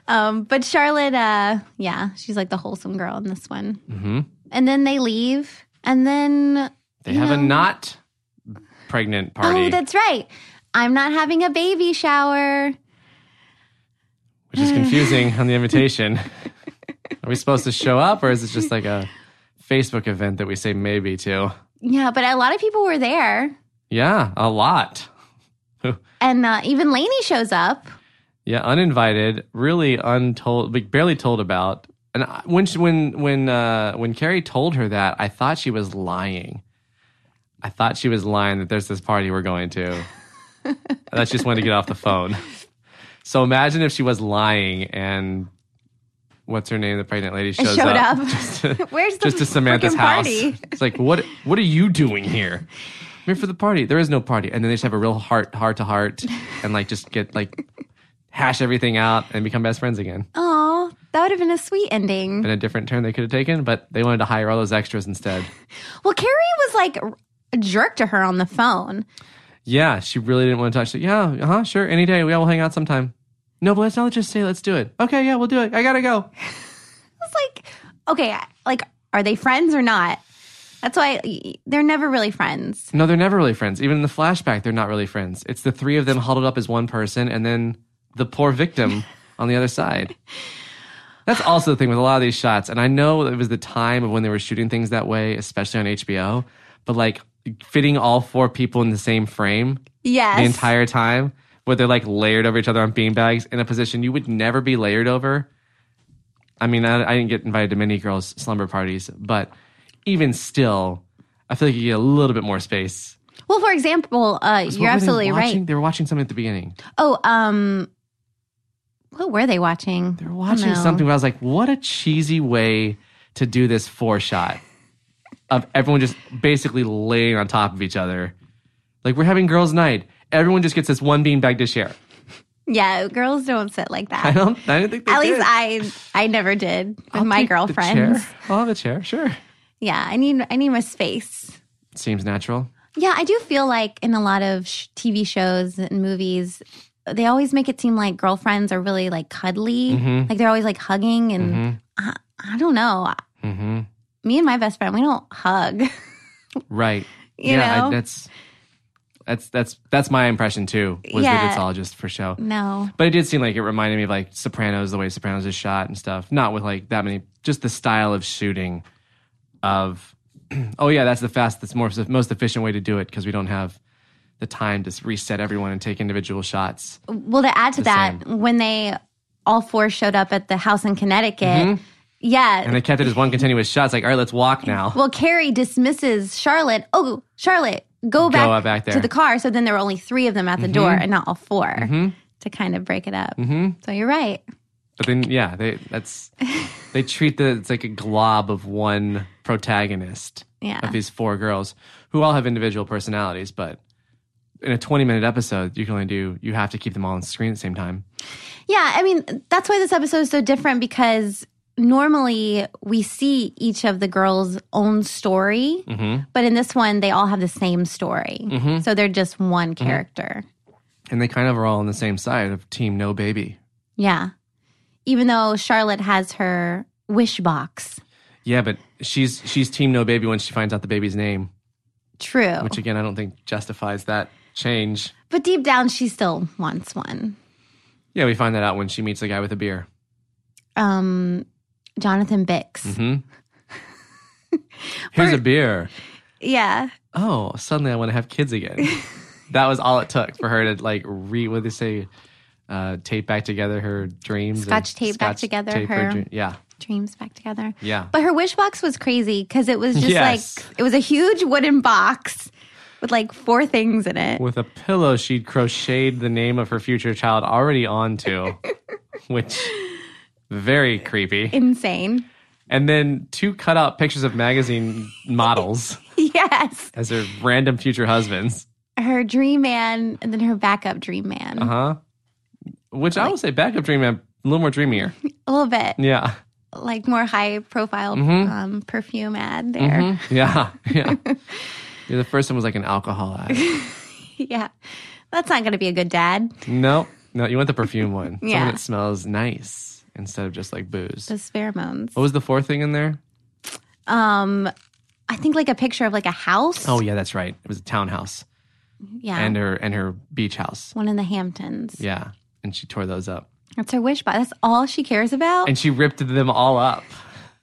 Um, but Charlotte, uh, yeah, she's like the wholesome girl in this one. hmm And then they leave. And then They have a No. not pregnant party, Oh, that's right. I'm not having a baby shower. which is confusing on the invitation. Are we supposed to show up, or is it just like a Facebook event that we say maybe to? Yeah, but a lot of people were there. Yeah, a lot. And uh, even Lainey shows up. Yeah, uninvited, really untold, like barely told about. And I- when she, when when uh, when Carrie told her that, I thought she was lying. I thought she was lying that there's this party we're going to. I just wanted to get off the phone. So imagine if she was lying and what's her name, the pregnant lady shows showed up, up. just to, Where's the just to Samantha's frickin' house. party? It's like what what are you doing here? I'm here for the party. There is no party, and then they just have a real heart heart to heart and like just get like hash everything out and become best friends again. Oh, that would have been a sweet ending. Been a different turn they could have taken, but they wanted to hire all those extras instead. Well, Carrie was like a jerk to her on the phone. Yeah, she really didn't want to talk. She said, yeah, uh huh, sure, any day. We all will hang out sometime. No, but let's not just say let's do it. Okay, yeah, we'll do it. I gotta go. It's like, okay, like, are they friends or not? That's why y- they're never really friends. No, they're never really friends. Even in the flashback, they're not really friends. It's the three of them huddled up as one person and then the poor victim on the other side. That's also the thing with a lot of these shots. And I know it was the time of when they were shooting things that way, especially on HBO, but like fitting all four people in the same frame Yes. the entire time where they're like layered over each other on beanbags in a position you would never be layered over. I mean, I, I didn't get invited to many girls' slumber parties, but even still, I feel like you get a little bit more space. Well, for example, uh, So you're what were they absolutely watching? right. They were watching something at the beginning. Oh, um, what were they watching? They were watching something where I was like, what a cheesy way to do this four shot of everyone just basically laying on top of each other. Like, we're having girls' night. Everyone just gets this one beanbag to share. Yeah, girls don't sit like I that. don't, I didn't think they At did. least I, I never did with my take the girlfriends. chair. I'll have a chair, sure. Yeah, I need, I need my space. Seems natural. Yeah, I do feel like in a lot of sh- TV shows and movies, they always make it seem like girlfriends are really like cuddly, Mm-hmm. like they're always like hugging, and I, I don't know. hmm Me and my best friend, we don't hug. Right. You yeah, know? I, that's that's that's that's my impression too. Was Yeah. the mixologist for show, no, but it did seem like it reminded me of like Sopranos, the way Sopranos is shot and stuff. Not with like that many, just the style of shooting. Of oh yeah, that's the fast, that's more most efficient way to do it because we don't have the time to reset everyone and take individual shots. well, to add to that, when they all four showed up at the house in Connecticut, yeah, Mm-hmm. And they kept it as one continuous shot. It's like all right, let's walk now. Well, Carrie dismisses Charlotte. Oh, Charlotte, go back, up back to there. Mm-hmm. the car. So then there were only three of them at the door and not all 4 to kind of break it up. So you're right. But then, yeah, they that's they treat the it's like a glob of one protagonist Yeah. of these four girls who all have individual personalities, but in a twenty-minute episode, you can only do you have to keep them all on screen at the same time. Yeah. I mean, that's why this episode is so different because normally we see each of the girls' own story. But in this one, they all have the same story. So they're just one character. And they kind of are all on the same side of Team No Baby. Yeah. Even though Charlotte has her wish box. Yeah, but she's she's Team No Baby when she finds out the baby's name, True. which again I don't think justifies that change. but deep down, she still wants one. Yeah, we find that out when she meets the guy with the beer. um Jonathan Bix. Hmm. Here's a beer. Yeah. oh, suddenly I want to have kids again. that was all it took for her to like re what do they say, uh, tape back together her dreams. and Scotch tape back scotch together tape her- dream- yeah, Dreams back together. yeah. But her wish box was crazy because it was just Yes. like it was a huge wooden box with like four things in it. With a pillow, she'd crocheted the name of her future child already onto, which very creepy. Insane. And then two cutout pictures of magazine models Yes. as her random future husbands. Her dream man and then her backup dream man. Uh huh. Which I would say backup dream man, a little more dreamier. A little bit Yeah. like more high profile Mm-hmm. um, perfume ad there. Yeah. Yeah. yeah. The first one was like an alcohol ad. Yeah. That's not going to be a good dad. No, no, you want the perfume one. Something Yeah. that smells nice instead of just like booze. Those pheromones. What was the fourth thing in there? Um, I think like a picture of like a house. Oh yeah, that's right. It was a townhouse yeah. and her and her beach house. one in the Hamptons. Yeah, and she tore those up That's her wish box. That's all she cares about. and she ripped them all up.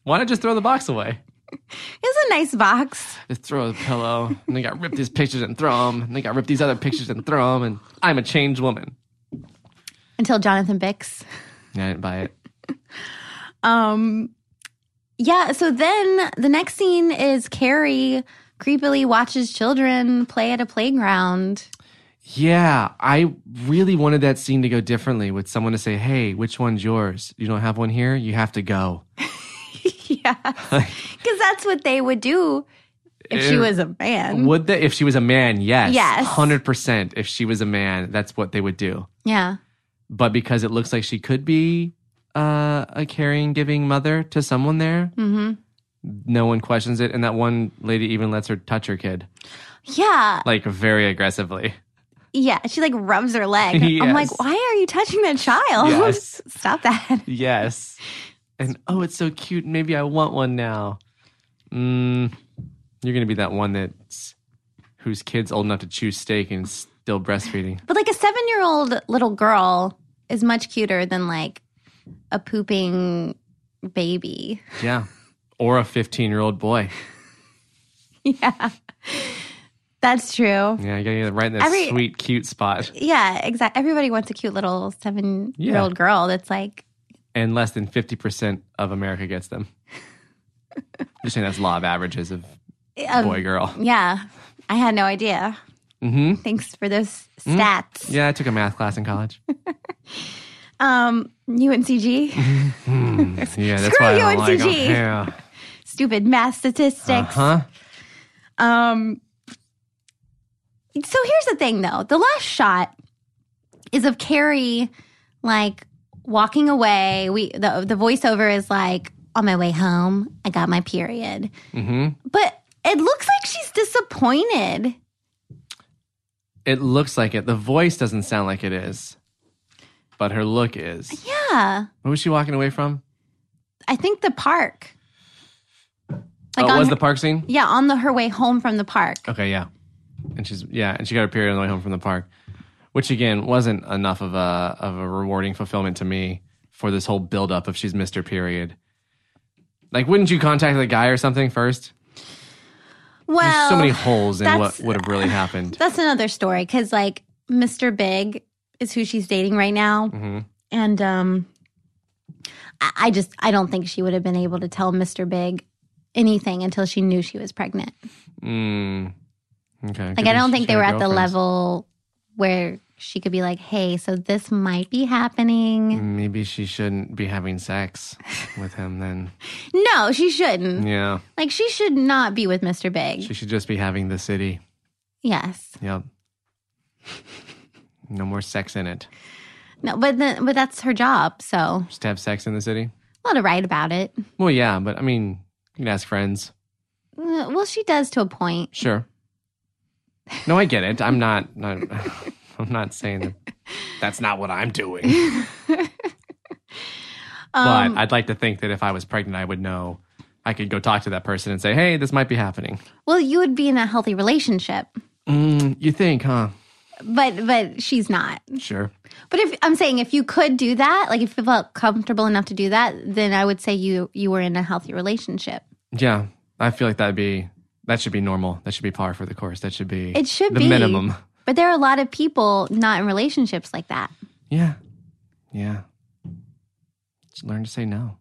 Why not just throw the box away? It's a nice box. Just throw the pillow, and they got ripped these pictures and throw them, and they got ripped these other pictures and throw them, and I'm a changed woman. Until Jonathan Bix. Yeah, I didn't buy it. Um, yeah. So then the next scene is Carrie creepily watches children play at a playground. Yeah, I really wanted that scene to go differently with someone to say, "Hey, which one's yours? You don't have one here. You have to go." yeah. Because that's what they would do if she Ew. was a man. Would that if she was a man? Yes, Mm-hmm. Yes. hundred percent. If she was a man, that's what they would do. yeah. But because it looks like she could be uh, a caring, giving mother to someone there, hmm no one questions it, and that one lady even lets her touch her kid Yeah. like very aggressively. Yeah. She like rubs her leg. I'm like, Yes. why are you touching that child? Yes. Stop that. Yes, and oh, it's so cute. Maybe I want one now. Mm, you're gonna be that one that's whose kid's old enough to choose steak and still breastfeeding. But like a seven year old little girl is much cuter than like a pooping baby. Yeah, or a 15 year old boy. Yeah. That's true. Yeah, you gotta get it right in that Every- sweet, cute spot. Yeah, exactly. Everybody wants a cute little seven year old Yeah. girl that's like, And less than 50% of America gets them. Just saying that's law of averages of of- boy girl. um, yeah, I had no idea. hmm Thanks for those stats. Mm. Yeah, I took a math class in college. Um, UNCG, Hmm. Yeah, that's Screw why I don't you, like 'em. NCG. Yeah. stupid math statistics. Uh-huh. Um, so here's the thing, though. The last shot is of Carrie, like walking away. We the the voiceover is like, "On my way home, I got my period," hmm but it looks like she's disappointed. It looks like it. The voice doesn't sound like it is, but her look is. Yeah, What was she walking away from? I think the park. oh, it on was her- the park scene? yeah on the her way home from the park. Okay, yeah. And she's yeah, and she got her period on the way home from the park, which again wasn't enough of a of a rewarding fulfillment to me for this whole buildup of she's missed her period. Like, wouldn't you contact the guy or something first? Well, There's so many holes in what that's- would have really happened. that's another story because like Mr. Big is who she's dating right now. hmm And um I, I just I don't think she would have been able to tell Mr. Big anything until she knew she was pregnant. Mm. Okay. Like I don't think they were at the level where she could be like, "Hey, so this might be happening." Maybe she shouldn't be having sex with him then. No, she shouldn't. Yeah, Like she should not be with Mr. Big. she should just be having the city. yes. Yep. No more sex in it. No, but then but that's her job, so Just have sex in the city. a lot of right about it. Well, yeah, but I mean, you can ask friends. Uh, Well, she does to a point. Sure. No, I get it. I'm not. not I'm not saying that. That's not what I'm doing. Um, but I'd like to think that if I was pregnant, I would know. I could go talk to that person and say, "Hey, this might be happening." well, you would be in a healthy relationship, Mm, you think, huh? but but she's not. Sure. But if I'm saying if you could do that, like if you felt comfortable enough to do that, then I would say you you were in a healthy relationship. Yeah, I feel like that'd be that should be normal. That should be par for the course. That should be It should the be. minimum. But there are a lot of people not in relationships like that. Yeah, yeah. Just learn to say no.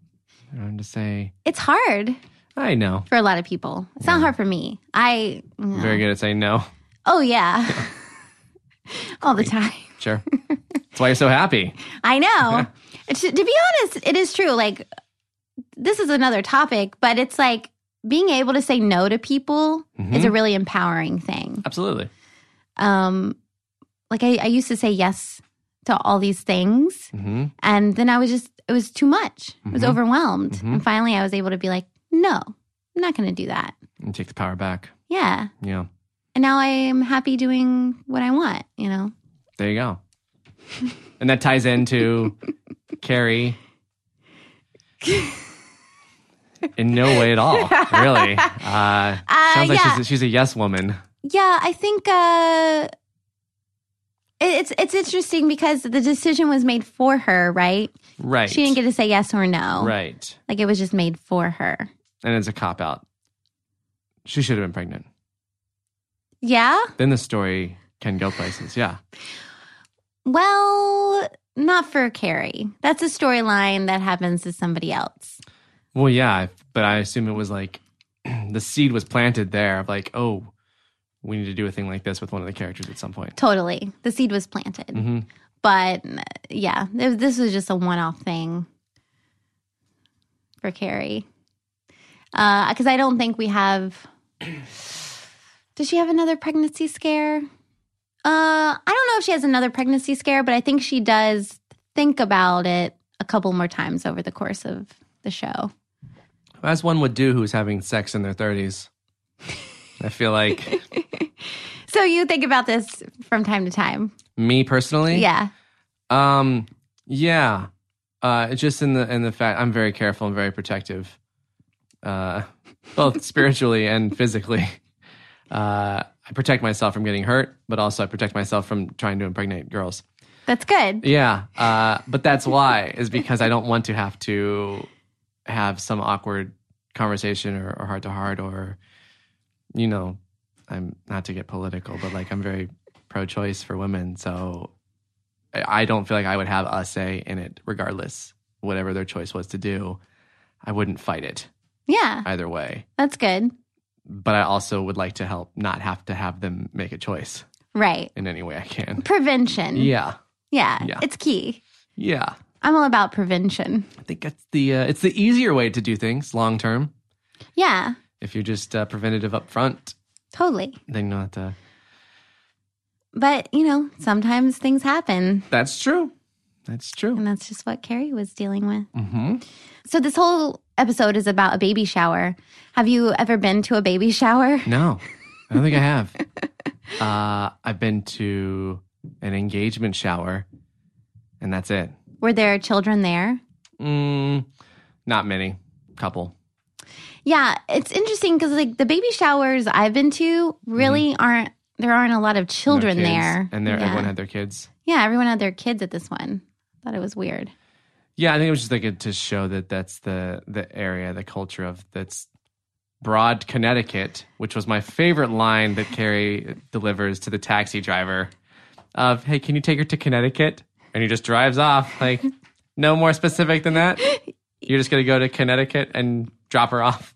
Learn to say, It's hard "I know." for a lot of people. It's not hard for me. I you know. Very good at saying no. Oh yeah. All the time. Sure. That's why you're so happy. I know. It's- to be honest, it is true. Like, this is another topic, but it's like being able to say no to people is a really empowering thing. Mm-hmm. Absolutely. Um, like, I, I used to say yes to all these things, hmm and then I was just, it was too much. I was Mhm. overwhelmed. Mhm. And finally, I was able to be like, no, I'm not going to do that. And take the power back. Yeah. Yeah. And now I am happy doing what I want, you know? There you go. and that ties into Carrie. In no way at all, really. Uh, Uh, sounds like yeah. she's, a, she's a yes woman. Yeah, I think uh, it- it's it's interesting because the decision was made for her, right? Right. She didn't get to say yes or no. Right. Like it was just made for her. And it's a cop out. She should have been pregnant. Yeah. Then the story can go places. Yeah. Well, not for Carrie. That's a storyline that happens to somebody else. Well, yeah, but I assume it was like the seed was planted there of like, oh, we need to do a thing like this with one of the characters at some point. Totally. The seed was planted. Mhm. But mm, yeah, th- this was just a one off thing for Carrie. Because I don't think we have. Does she have another pregnancy scare? Uh, I don't know if she has another pregnancy scare, but I think she does think about it a couple more times over the course of the show. As one would do who's having sex in their 30s. I feel like So you think about this from time to time. me personally. Yeah. Um, yeah. Uh, just in the in the fact I'm very careful and very protective, uh, both spiritually and physically. Uh, I protect myself from getting hurt, but also I protect myself from trying to impregnate girls. That's good. Yeah, uh, but that's why is because I don't want to have to have some awkward conversation or heart to heart or, you know, I'm not to get political, but like I'm very pro-choice for women, so I I don't feel like I would have a say in it, regardless whatever their choice was to do. I wouldn't fight it Yeah. either way, That's good. but I also would like to help not have to have them make a choice Right. in any way I can. Prevention. Yeah, Yeah, Yeah. it's key. yeah. I'm all about prevention. I think that's the uh, it's the easier way to do things long term. Yeah, If you're just uh, preventative up front, totally. then uh, you'll have to. But, you know, sometimes things happen, That's true. That's true. and that's just what Carrie was dealing with. hmm So, this whole episode is about a baby shower. Have you ever been to a baby shower? No, I don't think I have. Uh, I've been to an engagement shower, and that's it. Were there children there? Mm, not many. Couple. Yeah, it's interesting because, like, the baby showers I've been to really aren't, there aren't a lot of Mm-hmm. No children kids. there. and there yeah. everyone had their kids. yeah, everyone had their kids at this one. Thought it was weird. Yeah, I think it was just like a, to show that that's the the area, the culture of that's broad Connecticut, which was my favorite line that Carrie delivers to the taxi driver of, "Hey, can you take her to Connecticut?" And he just drives off like no more specific than that. You're just gonna go to Connecticut and drop her off.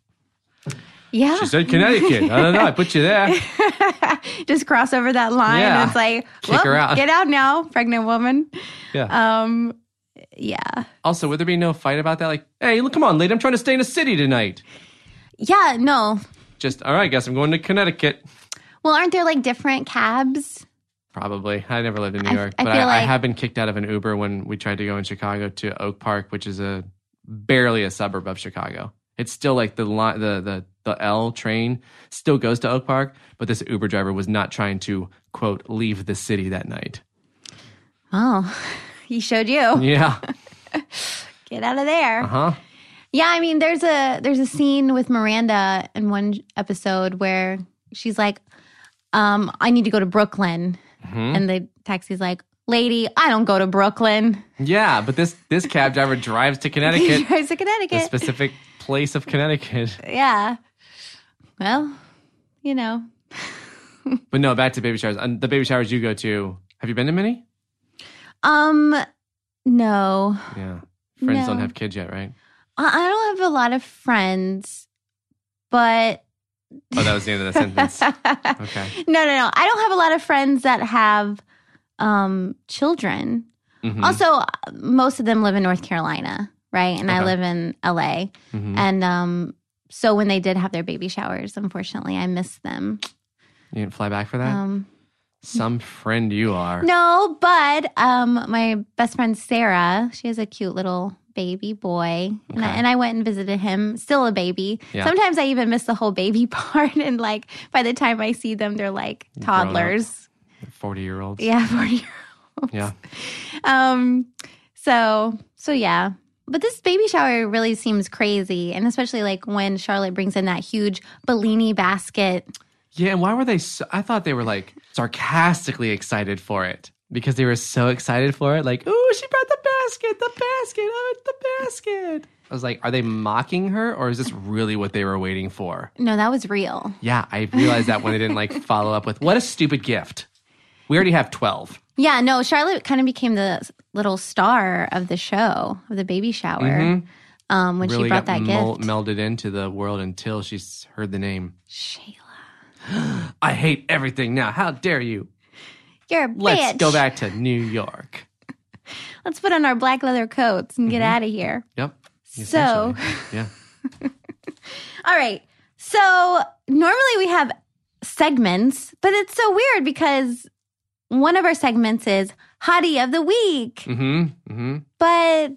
Yeah. She said Connecticut. I don't know. I put you there. just cross over that line. Yeah. It's like, Kick her "Well, out." get out now, pregnant woman. Yeah. Um, yeah, Also, would there be no fight about that? Like, hey, look, come on, lady, I'm trying to stay in the city tonight. yeah, no. Just all right, guess I'm going to Connecticut. Well, aren't there like different cabs? Probably. I never lived in New I- York, I but I, feel I like- have been kicked out of an Uber when we tried to go in Chicago to Oak Park, which is a barely a suburb of Chicago. It's still like the li- the the the L train still goes to Oak Park, but this Uber driver was not trying to quote leave the city that night. Oh, he showed you. Yeah. Uh-huh. Get out of there. Huh? Yeah, I mean, there's a there's a scene with Miranda in one episode where she's like, um, "I need to go to Brooklyn," Hmm? Mm-hmm. and the taxi's like, "Lady, I don't go to Brooklyn." Yeah, but this this cab driver drives to He Connecticut, drives to the Connecticut. specific place of Connecticut. yeah. Well, you know, But no, back to baby showers. And the baby showers you go to, have you been to many? Um, no, Yeah. Friends don't No. have kids yet, right? I I don't have a lot of friends, but Oh, that was the end of the sentence. Okay. no, no, no. I don't have a lot of friends that have um children. Mhm. Also, uh, most of them live in North Carolina, right? And I Okay. live in LA, Mhm. and um, so when they did have their baby showers, unfortunately, I missed them. You didn't fly back for that? Um, Some friend you are. no, but um, my best friend Sarah, she has a cute little baby boy, and, I, Okay. and I went and visited him, still a baby. Yeah. Sometimes I even miss the whole baby part, and like by the time I see them, they're like grown up. toddlers. 40 year olds. Yeah, forty. Yeah. Um, so so yeah. But this baby shower really seems crazy, and especially like when Charlotte brings in that huge Bellini basket. Yeah. And why were they? So, I thought they were like sarcastically excited for it because they were so excited for it. Like, ooh, she brought the basket, the basket, oh, it's the basket. I was like, are they mocking her or is this really what they were waiting for? No, that was real. Yeah. I realized that when they didn't like follow up with, what a stupid gift. We already have 12. Yeah, no, Charlotte kind of became the little star of the show, of the baby shower. um, when Mm-hmm. really she brought got that mel- gift. melded into the world until she s- heard the name. Shayla, I hate everything now. How dare you? you're a Let's bitch. go back to New York. Let's put on our black leather coats and get out of here. Yep. So- Mm-hmm. Essentially. yeah. All right. So normally we have segments, but it's so weird because one of our segments is hottie of the week, Mm-hmm. Mm-hmm. but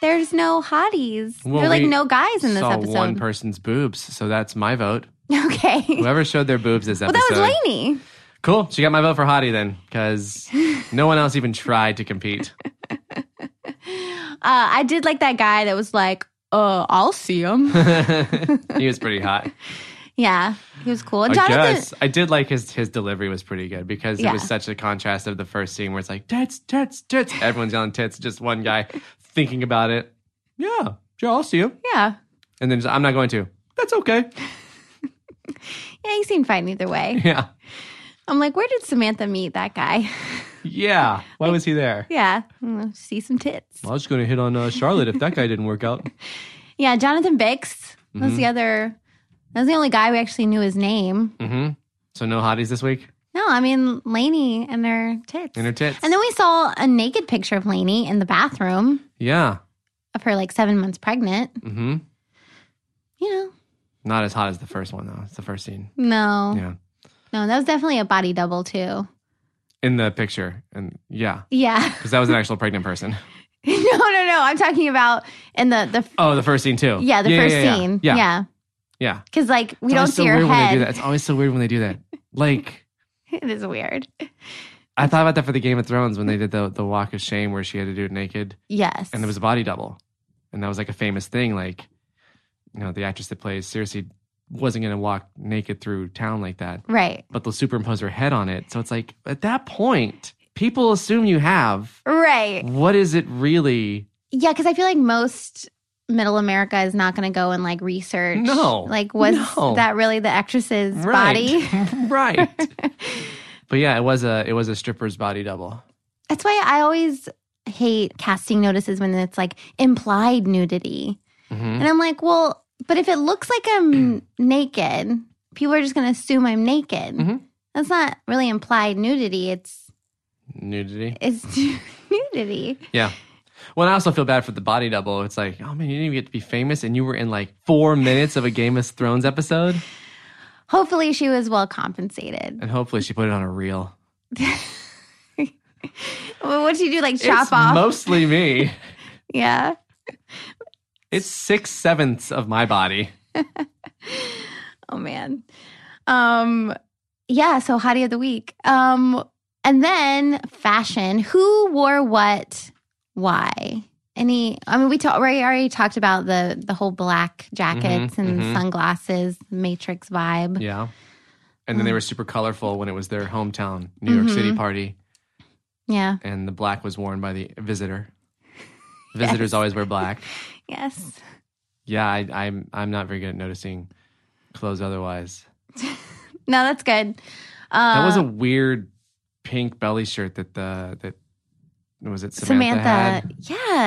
there's no hotties. Well, there are like we no guys in this Saw episode. one person's boobs, so that's my vote. okay. Well, Whoever showed their boobs this episode. that was Lainey. Cool. She got my vote for Hottie then, because no one else even tried to compete. Uh, I did like that guy that was like, uh, I'll see him. he was pretty hot. yeah, he was cool. I Jonathan, guess I did like his his delivery was pretty good because Yeah. it was such a contrast of the first scene where it's like tits, tits, tits. Everyone's yelling tits. Just one guy thinking about it. Yeah, sure, I'll see you. yeah, And then just, I'm not going to. That's okay. yeah, he seemed fine either way. Yeah, I'm like, where did Samantha meet that guy? yeah. Why was he there? yeah, mm, see some tits. Well, I was just going to hit on uh, Charlotte if that guy didn't work out. Yeah, Jonathan Bix was Mm-hmm. the other. That was the only guy we actually knew his name. Mm-hmm. So no hotties this week. No, I mean Lainey and her tits. And her tits. And then we saw a naked picture of Lainey in the bathroom yeah. of her like seven months pregnant. Mm-hmm. You know, Not as hot as the first one though. It's the first scene. no, Yeah. no, that was definitely a body double too. In the picture, and yeah, Yeah, because that was an actual pregnant person. no, no, no. I'm talking about in the the Oh, the first scene too. yeah the first yeah, scene. Yeah. yeah, yeah. because like we It's don't always so see her weird When they do that. head. It's always so weird when they do that. Like It is weird. I thought about that for the Game of Thrones when they did the the walk of shame where she had to do it naked Yes, and it was a body double. And that was like a famous thing. Like, you know, the actress that plays Cersei wasn't gonna walk naked through town like that. right, But they'll superimpose her head on it. So it's like at that point, people assume you have. right. What is it really? Yeah, because I feel like most middle America is not going to go and like research. No. Like, was No. that really the actress's body? Right. right. But yeah, it was a it was a stripper's body double. That's why I always hate casting notices when it's like implied nudity. Mhm. And I'm like, well, but if it looks like I'm naked, people are just going to assume I'm naked. Mhm. That's not really implied nudity. It's Nudity. it's nudity. Yeah. Well, and I also feel bad for the body double. It's like, oh man, you didn't even get to be famous, and you were in like four minutes of a Game of Thrones episode. Hopefully, she was well compensated. And hopefully, she put it on a reel. Well, What'd she do? Like chop it's off? mostly me. yeah. It's six sevenths of my body. Oh man. Um yeah, so hottie of the week. Um and then fashion. Who wore what? Why? Any I mean we ta- we already talked about the the whole black jackets Mhm, and mhm. sunglasses, matrix vibe. Yeah. And then they were super colorful when it was their hometown New York City Mm-hmm. party, Yeah. and the black was worn by the visitor. Visitors always wear black. Yes. Yeah, I, I'm I'm not very good at noticing clothes otherwise. No, that's good. That Uh, was a weird pink belly shirt that the that was it Samantha, Samantha. had.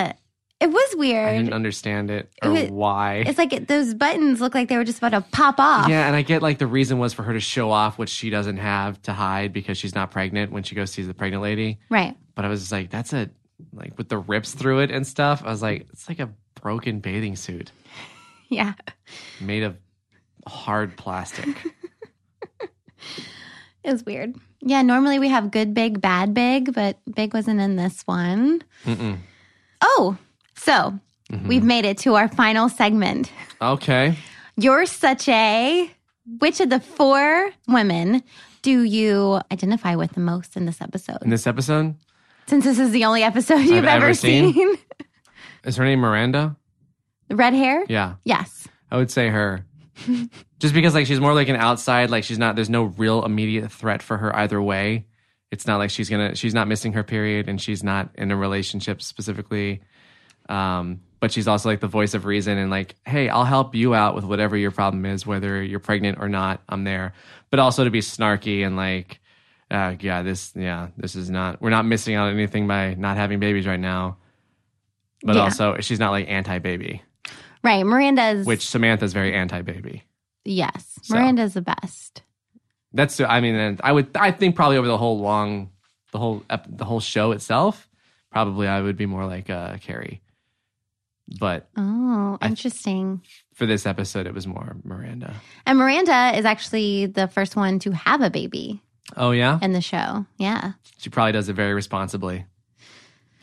Yeah. It was I didn't weird. understand it It or was- why. It's like it, those buttons look like they were just about to pop off. Yeah, and I get like the reason was for her to show off what she doesn't have to hide because she's not pregnant when she goes sees the pregnant lady. Right. But I was just like, that's a like with the rips through it and stuff. I was like, it's like a broken bathing suit Yeah. made of hard plastic. It was weird. Yeah, normally we have good big, bad big, but big wasn't in this one. Mm-mm. Mm-hmm. Oh, so we've made it to our final segment. Okay, You're such a. Which of the four women do you identify with the most in this in episode? this episode, Since this is the only episode you've ever, ever seen. seen? is her name Miranda? Red hair? Yeah. Yes. I would say her. Just because like she's more like an outside, like she's not there's no real immediate threat for her either way. It's not like she's gonna she's not missing her period and she's not in a relationship specifically. Um, but she's also like the voice of reason and like, hey, I'll help you out with whatever your problem is, whether you're pregnant or not, I'm there. But also to be snarky and like, uh, yeah, this yeah, this is not we're not missing out on anything by not having babies right now. But Yeah. also she's not like anti baby. Right. Miranda's. which Samantha's very anti-baby. Yes. So. Miranda's the best. That's I mean, and I would I think probably over the whole long, the whole ep- the whole show itself, probably I would be more like uh, Carrie, but Oh, I- interesting. for this episode it was more Miranda. and Miranda is actually the first one to have a baby Oh yeah, in the show. Yeah. she probably does it very responsibly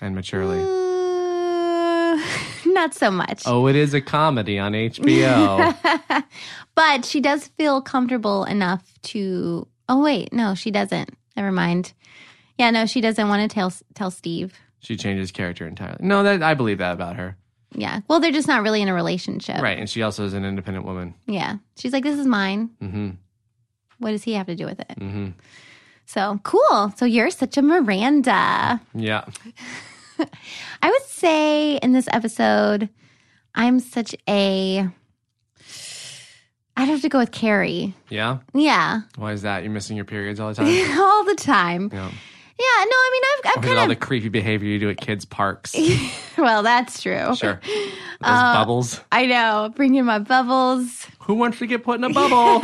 and maturely. Uh, not so much. Oh, it is a comedy on HBO. but she does feel comfortable enough to. Oh wait, no, she doesn't. Never mind. Yeah, no, she doesn't want to tell tell Steve. she changes character entirely. No, that I believe that about her. Yeah. Well, they're just not really in a relationship. Right, and she also is an independent woman. Yeah. She's like, this is mine. Mm-hmm. What does he have to do with it? Mm-hmm. So cool. So you're such a Miranda. Yeah. I would say in this episode, I'm such a. I'd have to go with Carrie. Yeah. Yeah. Why is that? You're missing your periods all the time. yeah. All the time. Or Yeah. No, I mean, I've, I've is it all kind the of. creepy behavior you do at kids' parks. well, that's true. Sure. Those Uh, bubbles. I know. Bringing my bubbles. Who wants to get put in a bubble?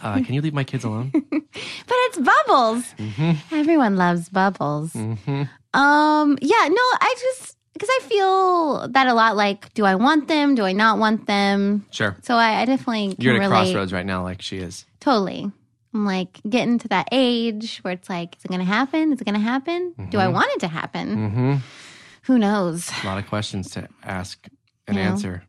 uh, can you leave my kids alone? But it's bubbles. Mm-hmm. Everyone loves bubbles. Um, yeah, no, I just because I feel that a lot. Like, do I want them? Do I not want them? Sure. So I, I definitely can You're at a relate. crossroads right now, like she is. Totally. I'm like getting to that age where it's like, is it going to happen? Is it going to happen? Do I want it to happen? Mm-hmm. Who knows? A lot of questions to ask and Yeah. answer.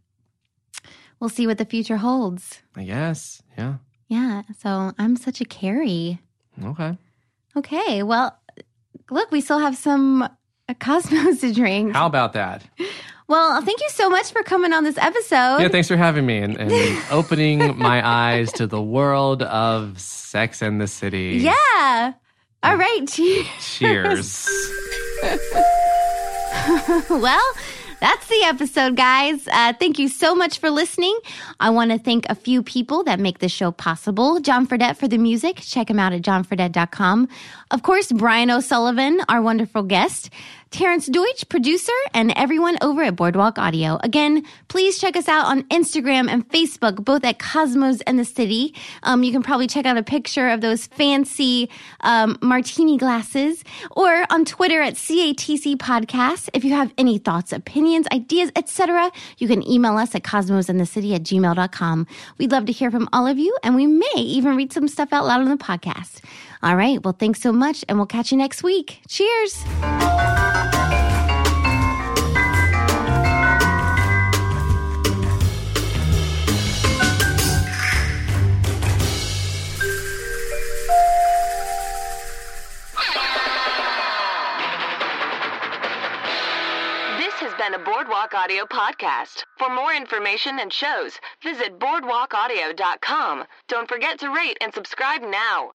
We'll see what the future holds. I guess. Yeah. Yeah. So I'm such a carry. Okay. Okay. Well, look, we still have some uh, Cosmos to drink. How about that? Well, thank you so much for coming on this episode. Yeah, thanks for having me and, and opening my eyes to the world of Sex and the City. Yeah. All right. Cheers. Cheers. well, that's the episode, guys. Uh, thank you so much for listening. I want to thank a few people that make this show possible. John Fredette for the music. Check him out at johnfredette.com. Of course, Brian O'Sullivan, our wonderful guest. Terrence Deutsch, producer, and everyone over at Boardwalk Audio. Again, please check us out on Instagram and Facebook, both at Cosmos and the City. Um, you can probably check out a picture of those fancy um, martini glasses or on Twitter at CATC Podcast. If you have any thoughts, opinions, ideas, etc., you can email us at cosmosandthecity at gmail.com. We'd love to hear from all of you, and we may even read some stuff out loud on the podcast. All right. Well, thanks so much, and we'll catch you next week. Cheers. This has been a Boardwalk Audio podcast. For more information and shows, visit boardwalkaudio.com. Don't forget to rate and subscribe now.